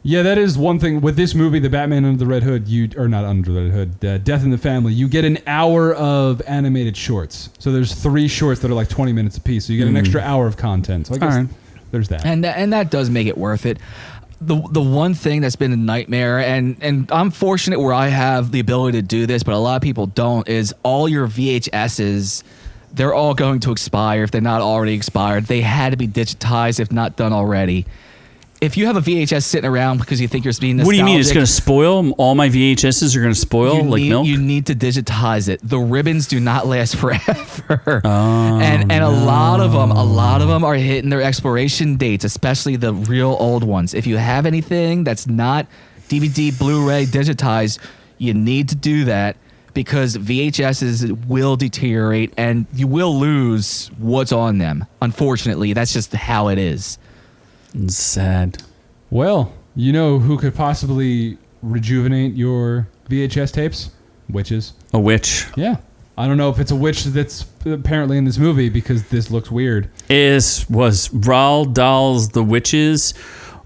D: Yeah, that is one thing with this movie, The Batman Under the Red Hood. You or not Under the Red Hood, uh, Death in the Family. You get an hour of animated shorts. So there's three shorts that are like 20 minutes apiece. So you get an extra hour of content. So I guess
A: All right.
D: there's that.
B: and that, and that does make it worth it. The the one thing that's been a nightmare, and and I'm fortunate where I have the ability to do this, but a lot of people don't. Is all your VHSs. They're all going to expire if they're not already expired. They had to be digitized if not done already. If you have a VHS sitting around because you think you're being nostalgic,
A: What do you mean? It's going to spoil? All my VHSs are going to spoil
B: you
A: like
B: need,
A: milk?
B: You need to digitize it. The ribbons do not last (laughs) forever,
A: Oh,
B: and and a lot of them, a lot of them are hitting their expiration dates, especially the real old ones. If you have anything that's not DVD, Blu-ray, digitized, you need to do that because VHSs will deteriorate and you will lose what's on them. Unfortunately, that's just how it is.
A: It's sad.
D: Well, you know who could possibly rejuvenate your VHS tapes? Witches.
A: A witch
D: Yeah. I don't know if it's a witch that's apparently in this movie because this looks weird.
A: is was Raul Dahl's The Witches.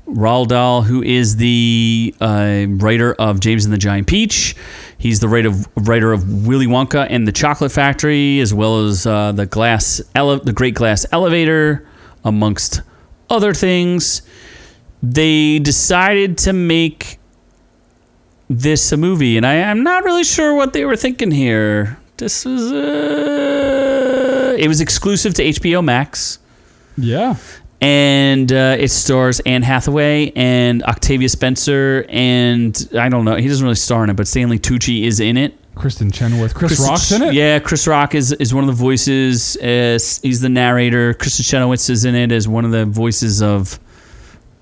A: Raul Dahl, who is the uh, writer of James and the Giant Peach, he's the writer of, writer of Willy Wonka and the Chocolate Factory, as well as uh, the glass ele- the Great Glass Elevator, amongst other things. They decided to make this a movie, and I, I'm not really sure what they were thinking here. This was uh, it was exclusive to HBO Max,
D: Yeah.
A: and uh, it stars Anne Hathaway and Octavia Spencer, and I don't know, he doesn't really star in it, but Stanley Tucci is in it.
D: Kristen Chenoweth. Chris,
A: Kristen
D: Rock's
A: Ch-
D: in it?
A: Yeah, Chris Rock is, is one of the voices. Uh, s- he's the narrator. Kristen Chenoweth is in it as one of the voices of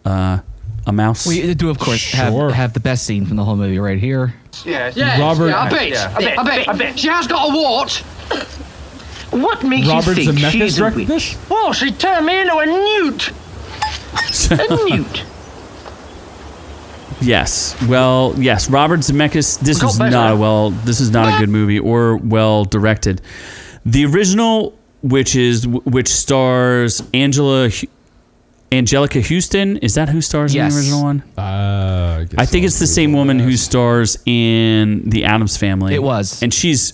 A: uh, a mouse.
B: We do, of course,
D: Sure.
B: have have the best scene from the whole movie right here.
G: Yes,
D: Robert-
G: yeah, I bet. I bet. I bet. She has got a wart. What makes
D: Robert
G: you think
D: Zemeckis
G: she's a witch?
D: directed this?
G: Well, she turned me into a newt. a newt.
A: Yes. Well, yes. Robert Zemeckis. This
G: Go
A: is
G: back.
A: not a well. This is not a good movie or well directed. The original, which is which stars Angela, Hu- Angelica Houston. Is that who stars in
B: Yes.
A: the original one?
D: Uh,
A: I think it's the same woman who stars in the Adams Family.
B: It was.
A: and she's.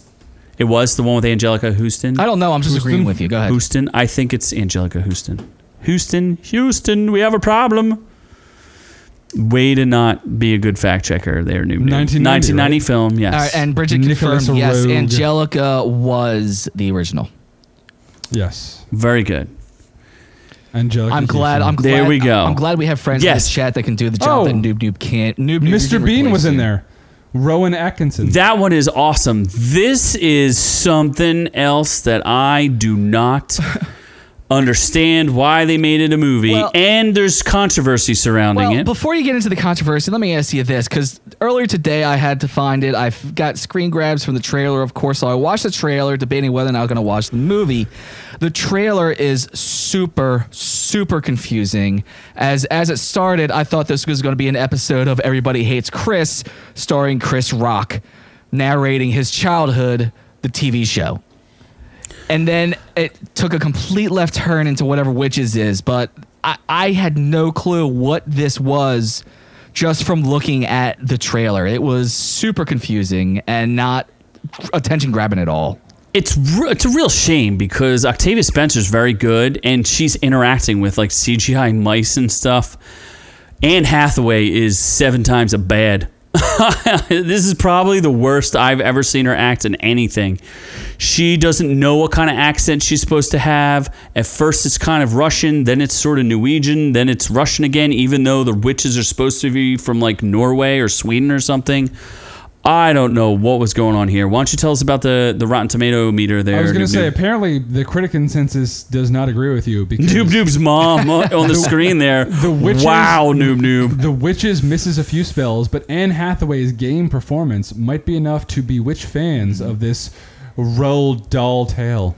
A: It was the one with Angelica Houston.
B: I don't know. I'm just agreeing with you. Go ahead.
A: Houston. I think it's Angelica Houston. Houston, Houston, we have a problem. Way to not be a good fact checker there, New
D: 1990,
A: 1990
D: right?
A: film, yes.
B: All right, and Bridget
D: Nicholas
B: confirmed. Yes,
D: Rogue.
B: Angelica was the original.
D: Yes.
A: Very good.
D: Angelica.
B: I'm glad.
D: Houston.
B: I'm glad.
A: There we go.
B: I'm glad we have friends
A: Yes.
B: in the chat that can do the job
D: Oh.
B: that Noob Noob can't. Noob Noob
D: Mr.
B: can
D: Bean
B: replace
D: was in
B: you.
D: there. Rowan Atkinson.
A: That one is awesome. This is something else that I do
B: (laughs)
A: not understand why they made it a movie.
B: Well-
A: and there's controversy surrounding
B: Well,
A: it.
B: before you get into the controversy, let me ask you this: because earlier today I had to find it. I've got screen grabs from the trailer, of course. So I watched the trailer, debating whether or not I'm going to watch the movie. The trailer is super, super confusing. As as it started, I thought this was going to be an episode of Everybody Hates Chris, starring Chris Rock, narrating his childhood, the TV show and then it took a complete left turn into whatever witches is but I, I had no clue what this was just from looking at the trailer it was super confusing and not attention grabbing at all
A: it's re- it's a real shame because Octavia Spencer's very good and she's interacting with like CGI mice and stuff. Anne Hathaway is seven times a bad. (laughs) this is probably the worst I've ever seen her act in anything. She doesn't know what kind of accent she's supposed to have. At first, it's kind of Russian, then it's sort of Norwegian, then it's Russian again, even though the witches are supposed to be from like Norway or Sweden or something. I don't know what was going on here. Why don't you tell us about the, the Rotten Tomato meter there?
D: I was going
A: Noob
D: to say, (laughs)
A: Noob?
D: apparently, the critic consensus does not agree with you because
A: Noob Noob's mom on
D: (laughs)
A: on the screen there. The
D: witches-
A: wow, Noob Noob.
D: the Witches misses a few spells, but Anne Hathaway's game performance might be enough to bewitch fans of this Roald Dahl tale.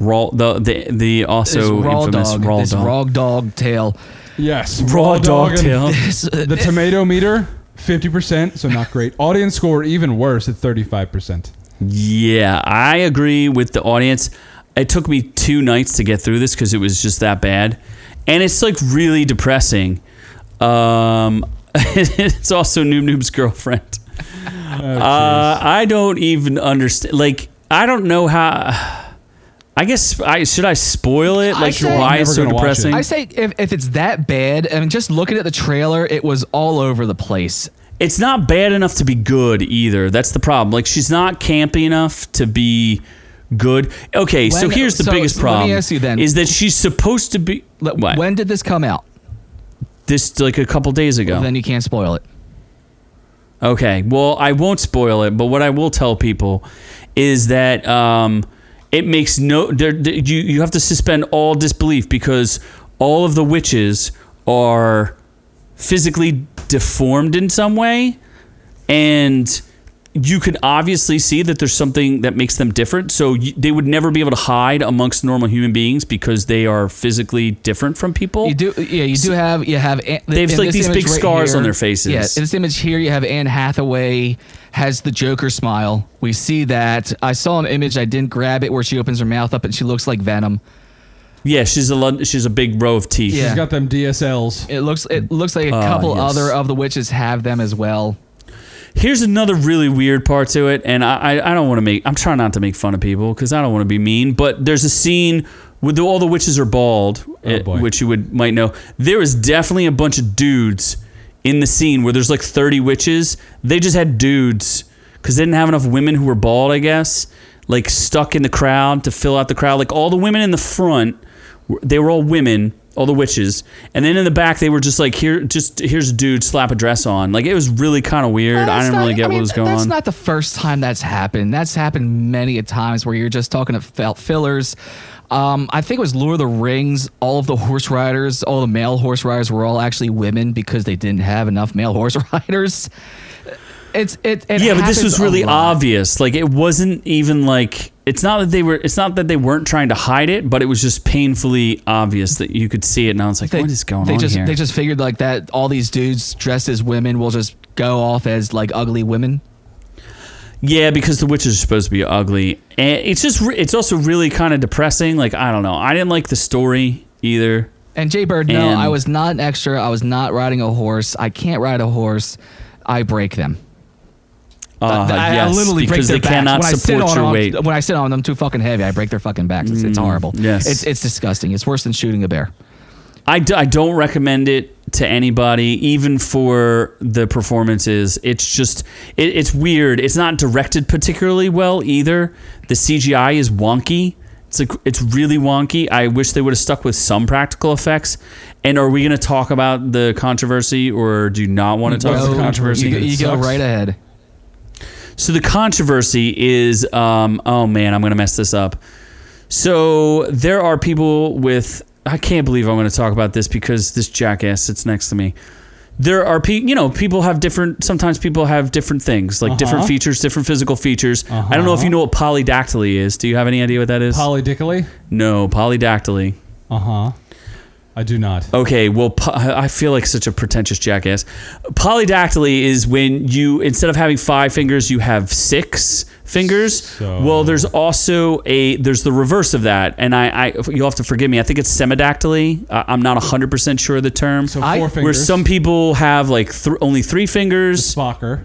A: Raw, the, the, the
B: this
A: also
B: raw
A: infamous
B: dog
A: Raw
B: this
A: Dog.
B: raw dog tail
D: Yes.
A: (laughs) Raw dog
D: (laughs) and-
A: tale.
D: The tomato meter, 50%, so not great. Audience score, even worse at 35%.
A: Yeah, I agree with the audience. It took me two nights to get through this because it was just that bad, and it's like really depressing. Um, (laughs) it's also Noob Noob's girlfriend. Uh, I don't even understand. Like, I don't know how. I guess I should I spoil it. Like,
B: say-
A: why
D: Never
A: it's so
D: gonna watch it.
A: depressing.
B: I say if, if it's that bad, I mean, just looking at the trailer, it was all over the place.
A: it's not bad enough to be good either. That's the problem. Like, she's not campy enough to be good. Okay, so
B: When-
A: here's the
B: so-
A: biggest
B: so let me
A: problem.
B: ask you then.
A: is that she's supposed to be
B: Let-
A: what?
B: When did this come out?
A: this like a couple days ago.
B: Then you can't spoil it.
A: Okay. Well, I won't spoil it, but what I will tell people is that um, it makes no. There, there- you you have to suspend all disbelief because all of the witches are physically deformed in some way, and you can obviously see that there's something that makes them different. So y they would never be able to hide amongst normal human beings because they are physically different from people.
B: You do, yeah. You do have you have. Anne-
A: They have,
B: in
A: like,
B: this
A: these
B: image
A: big scars on their faces.
B: Yeah, in this image here, you have Anne Hathaway has the Joker smile. We see that. I saw an image. I didn't grab it where she opens her mouth up and she looks like Venom.
A: Yeah, she's a lo- she's a big row of teeth.
B: Yeah.
D: She's got them DSLs.
B: It looks it looks like a
A: Ah,
B: couple
A: yes.
B: other of the witches have them as well.
A: Here's another really weird part to it, and I, I, I don't want to make I'm trying not to make fun of people because I don't want to be mean. But there's a scene with the, all the witches are bald, eh,
D: boy.
A: which you would might know. There is definitely a bunch of dudes in the scene where there's like 30 witches. They just had dudes because they didn't have enough women who were bald, I guess. Like stuck in the crowd to fill out the crowd. Like all the women in the front, were- they were all women. All the witches, and then in the back they were just like, "Here, just here's a dude slap a dress on." Like it was really kind of weird. I
B: That's
A: didn't
B: not-
A: really get
B: mean,
A: what was going
B: that's
A: on.
B: not the first time that's happened. That's happened many a times where you're just talking about fillers. Um, I think it was Lord of the Rings. All of the (laughs) horse riders, all the male horse riders, were all actually women because they didn't have enough male (laughs) horse riders. It's it. it
A: yeah, but this
B: happens
A: was
B: a
A: really
B: lot.
A: obvious. Like it wasn't even like it's not that they were it's not that they weren't trying to hide it, but it was just painfully obvious that you could see it. And I was like,
B: They,
A: what is going
B: they
A: on
B: just
A: here?
B: they just figured like that. All these dudes dressed as women will just go off as like ugly women.
A: yeah, because the witches are supposed to be ugly, and it's just re- it's also really kind of depressing. Like I don't know, I didn't like the story either.
B: And Jay Bird, no,
A: And-
B: I was not an extra. I was not riding a horse. I can't ride a horse. I break them.
A: Uh,
B: I, I
A: yes,
B: literally break
A: because
B: their
A: they cannot
B: backs. When I
A: support
B: sit on
A: your
B: them,
A: weight. Mm,
B: When I sit on them too fucking heavy, I break their fucking backs. It's, it's horrible.
A: yes.
B: It's, it's disgusting. It's worse than shooting a bear.
A: I, d- I don't recommend it to anybody, even for the performances. It's just, it, it's weird. It's not directed particularly well either. The CGI is wonky. It's, like, it's really wonky. I wish they would have stuck with some practical effects. And are we going to talk about the controversy or do you not want to talk
D: What's
A: about
D: the
B: No,
A: the controversy?
B: You, you go
D: Sucks.
B: right ahead.
A: So the controversy is, um, oh man, I'm gonna mess this up. So there are people with, I can't believe I'm gonna talk about this because this jackass sits next to me. There are people, you know, people have different. Sometimes people have different things, like different features, different physical features. I don't know if you know what polydactyly is. Do you have any idea what that is?
D: Polydically?
A: no, polydactyly.
D: Uh huh. I do not.
A: Okay, well, po- I feel like such a pretentious jackass. Polydactyly is when you, instead of having five fingers, you have six fingers.
D: So-
A: Well, there's also a there's the reverse of that, and I, I you'll have to forgive me. I think it's semidactyly. Uh, I'm not 100 percent sure of the term.
D: So
B: I-
D: four
B: where
D: fingers.
A: where some people have like th- only three fingers.
D: Spocker.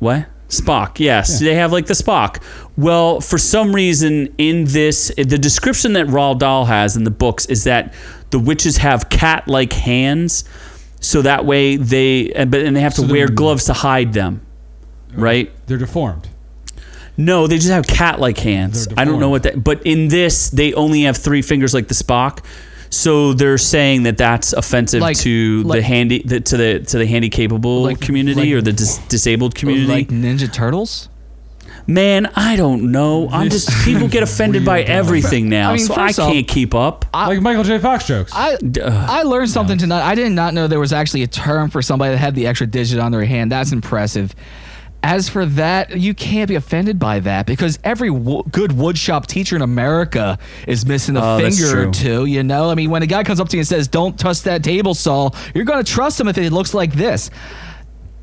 A: What? Spock. Yes, they have like the Spock. Well, for some reason in this the description that Roald Dahl has in the books is that the witches have cat-like hands so that way they and but and they have to
D: So they're-
A: wear gloves to hide them. Right?
D: They're deformed.
A: No, they just have cat-like hands.
D: They're
A: I don't know what that but in this they only have three fingers like the Spock. So they're saying that that's offensive
B: Like-
A: to
B: like-
A: the handy the, to the to the handy capable
B: Like-
A: community
B: like-
A: or the dis- disabled community.
B: Like Ninja Turtles.
A: Man, I don't know. I'm
D: This
A: just people get offended by
D: weird.
A: everything now,
B: I mean,
A: so I
B: first off-
A: can't keep up.
D: like Michael J. Fox jokes.
B: I
A: uh,
B: I learned something tonight. I did not know there was actually a term for somebody that had the extra digit on their hand. That's impressive. As for that, you can't be offended by that because every wo- good woodshop teacher in America is missing a
A: Oh, that's
B: finger or
A: true.
B: two. You know, I mean, when a guy comes up to you and says, "Don't touch that table saw," you're going to trust him if it looks like this.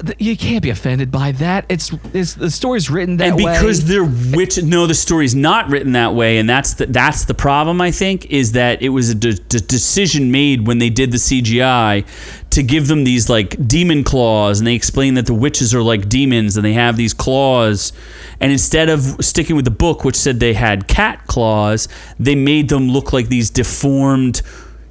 B: th- you can't be offended by that. It's, it's the story's written that
A: and because
B: way.
A: they're witch no the story's not written that way and that's the, that's the problem i think is that it was a de- de- decision made when they did the cgi to give them these like demon claws and they explain that the witches are like demons and they have these claws and instead of sticking with the book which said they had cat claws they made them look like these deformed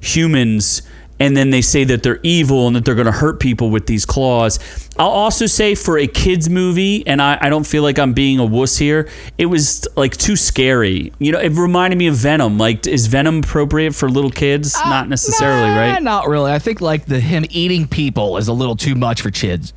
A: humans and then they say that they're evil and that they're going to hurt people with these claws. I'll also say for a kids movie, and I, I don't feel like I'm being a wuss here. It was like too scary. You know, it reminded me of Venom. Like, is Venom appropriate for little kids? Not necessarily,
B: Nah,
A: right?
B: Not really. I think like the him eating people is a little too much for kids.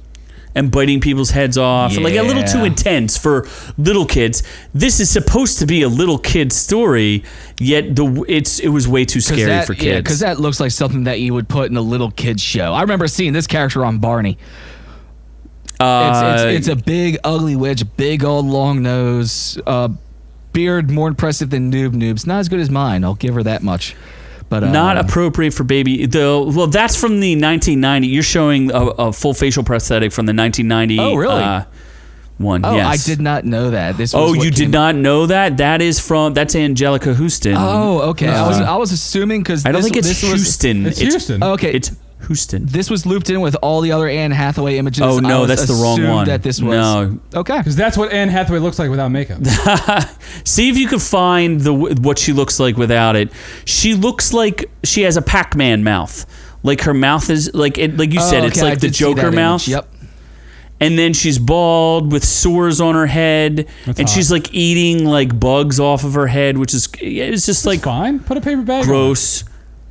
A: And biting people's heads off, like a little
B: Yeah.
A: too intense for little kids. This is supposed to be a little kid story, yet the it's it was way too scary
B: that,
A: for
B: Yeah,
A: kids.
B: because that looks like something that you would put in a little kid's show. I remember seeing this character on Barney. It's,
A: Uh,
B: it's, it's a big, ugly witch, big old long nose, uh, beard more impressive than Noob Noob's. Not as good as mine. I'll give her that much. But uh,
A: not appropriate for baby though well that's from the 1990 you're showing a, a full facial prosthetic from the 1990
B: Oh, really?
A: uh, one
B: Oh,
A: yes
B: I did not know that. This.
A: oh
B: was what
A: you did
B: came-
A: not know that that is from that's angelica houston
B: Oh, okay. I was I was assuming because
A: Uh, i don't think it's
B: this Was,
A: houston
D: It's Houston.
B: okay,
A: it's Oh, houston
B: this was looped in with all the other Anne Hathaway images.
A: Oh, no,
B: I was
A: that's the wrong
B: assumed
A: one.
B: That this was
A: No.
B: okay.
D: Because that's what Anne Hathaway looks like without makeup.
A: see if you could find the what she looks like without it she looks like she has a pac-man mouth like her mouth is like it like you
B: Oh,
A: said it's
B: okay, I
A: like the
B: did see that
A: joker
B: image.
A: mouth
B: Yep.
A: and then she's bald with sores on her head and
D: hot.
A: she's like eating like bugs off of her head which is it's just like
D: Fine. Put a paper bag. on.
A: gross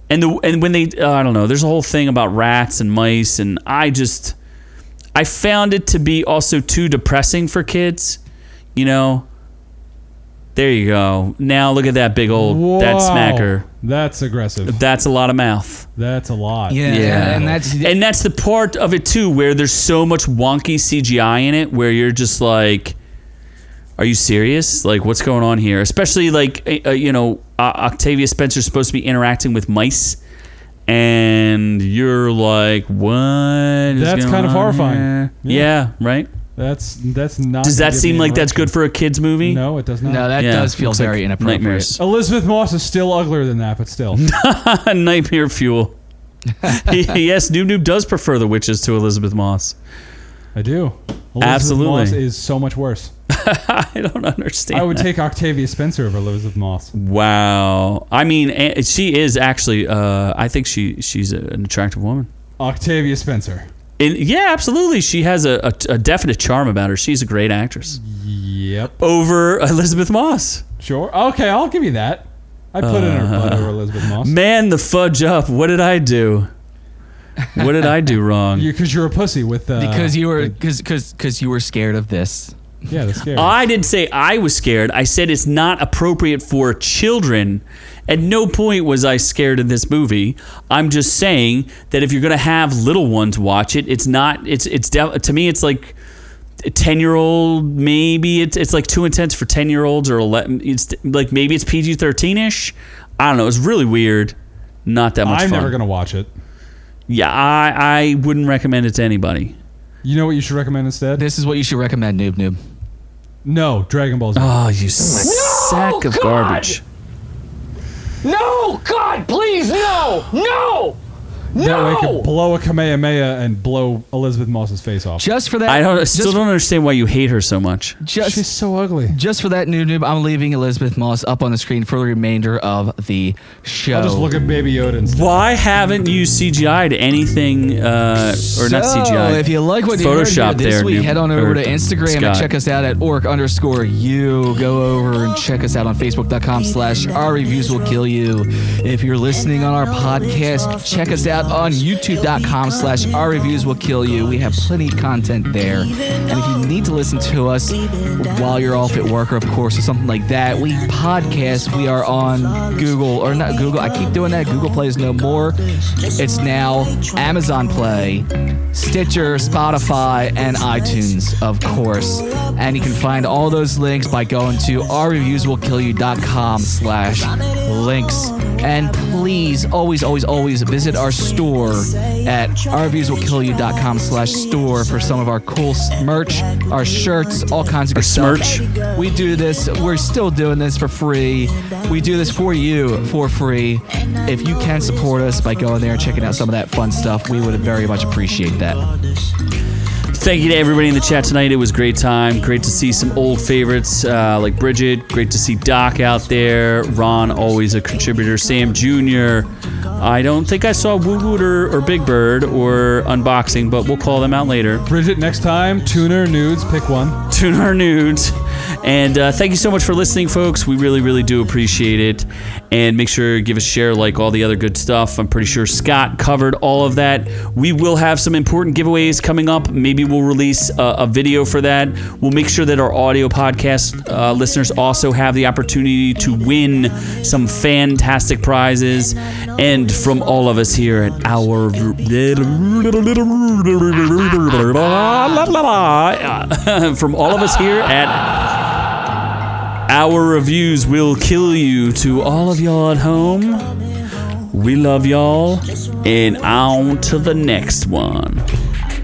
A: and the and when they uh, I don't know there's a whole thing about rats and mice and I just I found it to be also too depressing for kids you know there you go now look at that big old that
D: Wow.
A: smacker
D: That's aggressive.
A: that's a lot of mouth
D: That's a lot.
B: Yeah, and that's
A: and that's the part of it too where there's so much wonky CGI in it where you're just like are you serious like what's going on here especially like uh, uh, you know uh, Octavia Spencer's supposed to be interacting with mice and you're like what is
D: That's
A: going
D: kind of
A: on
D: horrifying.
A: here?
D: Yeah.
A: Yeah. right
D: That's that's not.
A: does
D: gonna
A: that
D: give
A: seem
D: me
A: like that's
D: erection.
A: good for a kids movie (laughs)
D: No, it does not.
B: no, that
A: Yeah,
B: does feel
A: looks like
B: very inappropriate.
A: nightmares
D: Elizabeth Moss is still uglier than that, but still.
A: nightmare
D: (laughs)
A: fuel (laughs) yes Noob Noob does prefer the witches to Elizabeth Moss (laughs)
D: I do. Elizabeth
A: Absolutely.
D: Moss is so much worse.
A: I don't understand
D: I would
A: that.
B: (laughs)
D: take Octavia Spencer over Elizabeth Moss.
A: Wow. I mean, a- she is actually. Uh, I think she she's a- an attractive woman.
D: Octavia Spencer.
A: And yeah, absolutely. She has a, a, a definite charm about her. She's a great actress.
D: Yep.
A: Over Elizabeth Moss.
D: Sure. Okay, I'll give you that. I put in
B: Uh,
D: her butt over
B: (laughs)
D: Elizabeth Moss.
A: Man, the fudge up. What did I do? What did I do
D: (laughs)
A: wrong?
D: Because you, are a pussy with uh,
B: because you were because because you were scared of this.
D: yeah, the scary.
A: I didn't say I was scared. I said it's not appropriate for children. At no point was I scared of this movie. I'm just saying that if you're going to have little ones watch it, it's not. It's it's de- to me, it's like ten year old. Maybe it's it's like too intense for ten year olds or eleven. It's like maybe it's PG thirteen ish. I don't know. It's really weird. Not that much
D: I'm
A: fun.
D: never gonna watch it.
A: yeah, I I wouldn't recommend it to anybody.
D: You know what you should recommend instead?
B: This is what you should recommend, Noob Noob.
D: no, Dragon Ball Z.
B: Uh,
A: Oh, you sack of garbage.
G: No, God, please, no, no,
D: that way I could
G: no.
D: blow a Kamehameha and blow Elizabeth Moss's face off.
B: Just for that,
A: I don't I still
B: just,
A: don't understand why you hate her so much.
B: Just,
D: She's so ugly.
B: just for that, Noob Noob. I'm leaving Elizabeth Moss up on the screen for the remainder of the show.
D: I'll just look at Baby Yoda instead.
A: Why haven't you CGI'd anything, uh, or not
B: So,
A: CGI?
B: If you like what you heard here
A: Photoshop
B: this
A: there,
B: week,
A: Noob-
B: head on over
A: or
B: to Instagram and
A: Scott.
B: check us out at orc underscore you. Go over and check us out on Facebook.com slash our reviews will kill you. If you're listening on our podcast, check us out on youtube.com slash our reviews will kill you. We have plenty of content there. And if you need to listen to us while you're off at work or of course or something like that, we podcast. We are on Google or not Google. I keep doing that. Google Play is no more. It's now Amazon Play. Stitcher, Spotify, and iTunes, of course. And you can find all those links by going to ourreviewswillkillyou.com slash links. And please, always, always, always visit our store at ourviewswillkillyou.com slash store for some of our cool s- merch, our shirts, all kinds of good stuff.
A: smirch.
B: We do this. We're still doing this for free. We do this for you for free. If you can support us by going there and checking out some of that fun stuff, we would very much appreciate that.
A: Thank you to everybody in the chat tonight. It was a great time. Great to see some old favorites uh, like Bridget. Great to see Doc out there. Ron, always a contributor. Sam Jr. I don't think I saw Woo Woot or, or Big Bird or Unboxing, but we'll call them out later.
D: Bridget, next time, tuner nudes, pick one.
A: Tune our nudes. And uh, thank you so much for listening, folks. We really, really do appreciate it. And make sure you give us a share, like all the other good stuff. I'm pretty sure Scott covered all of that. We will have some important giveaways coming up. Maybe we'll release a, a video for that. We'll make sure that our audio podcast uh, listeners also have the opportunity to win some fantastic prizes. And from all of us here at our. (laughs) from all of us here at our reviews will kill you to all of y'all at home. We love y'all, and on to the next one.
H: I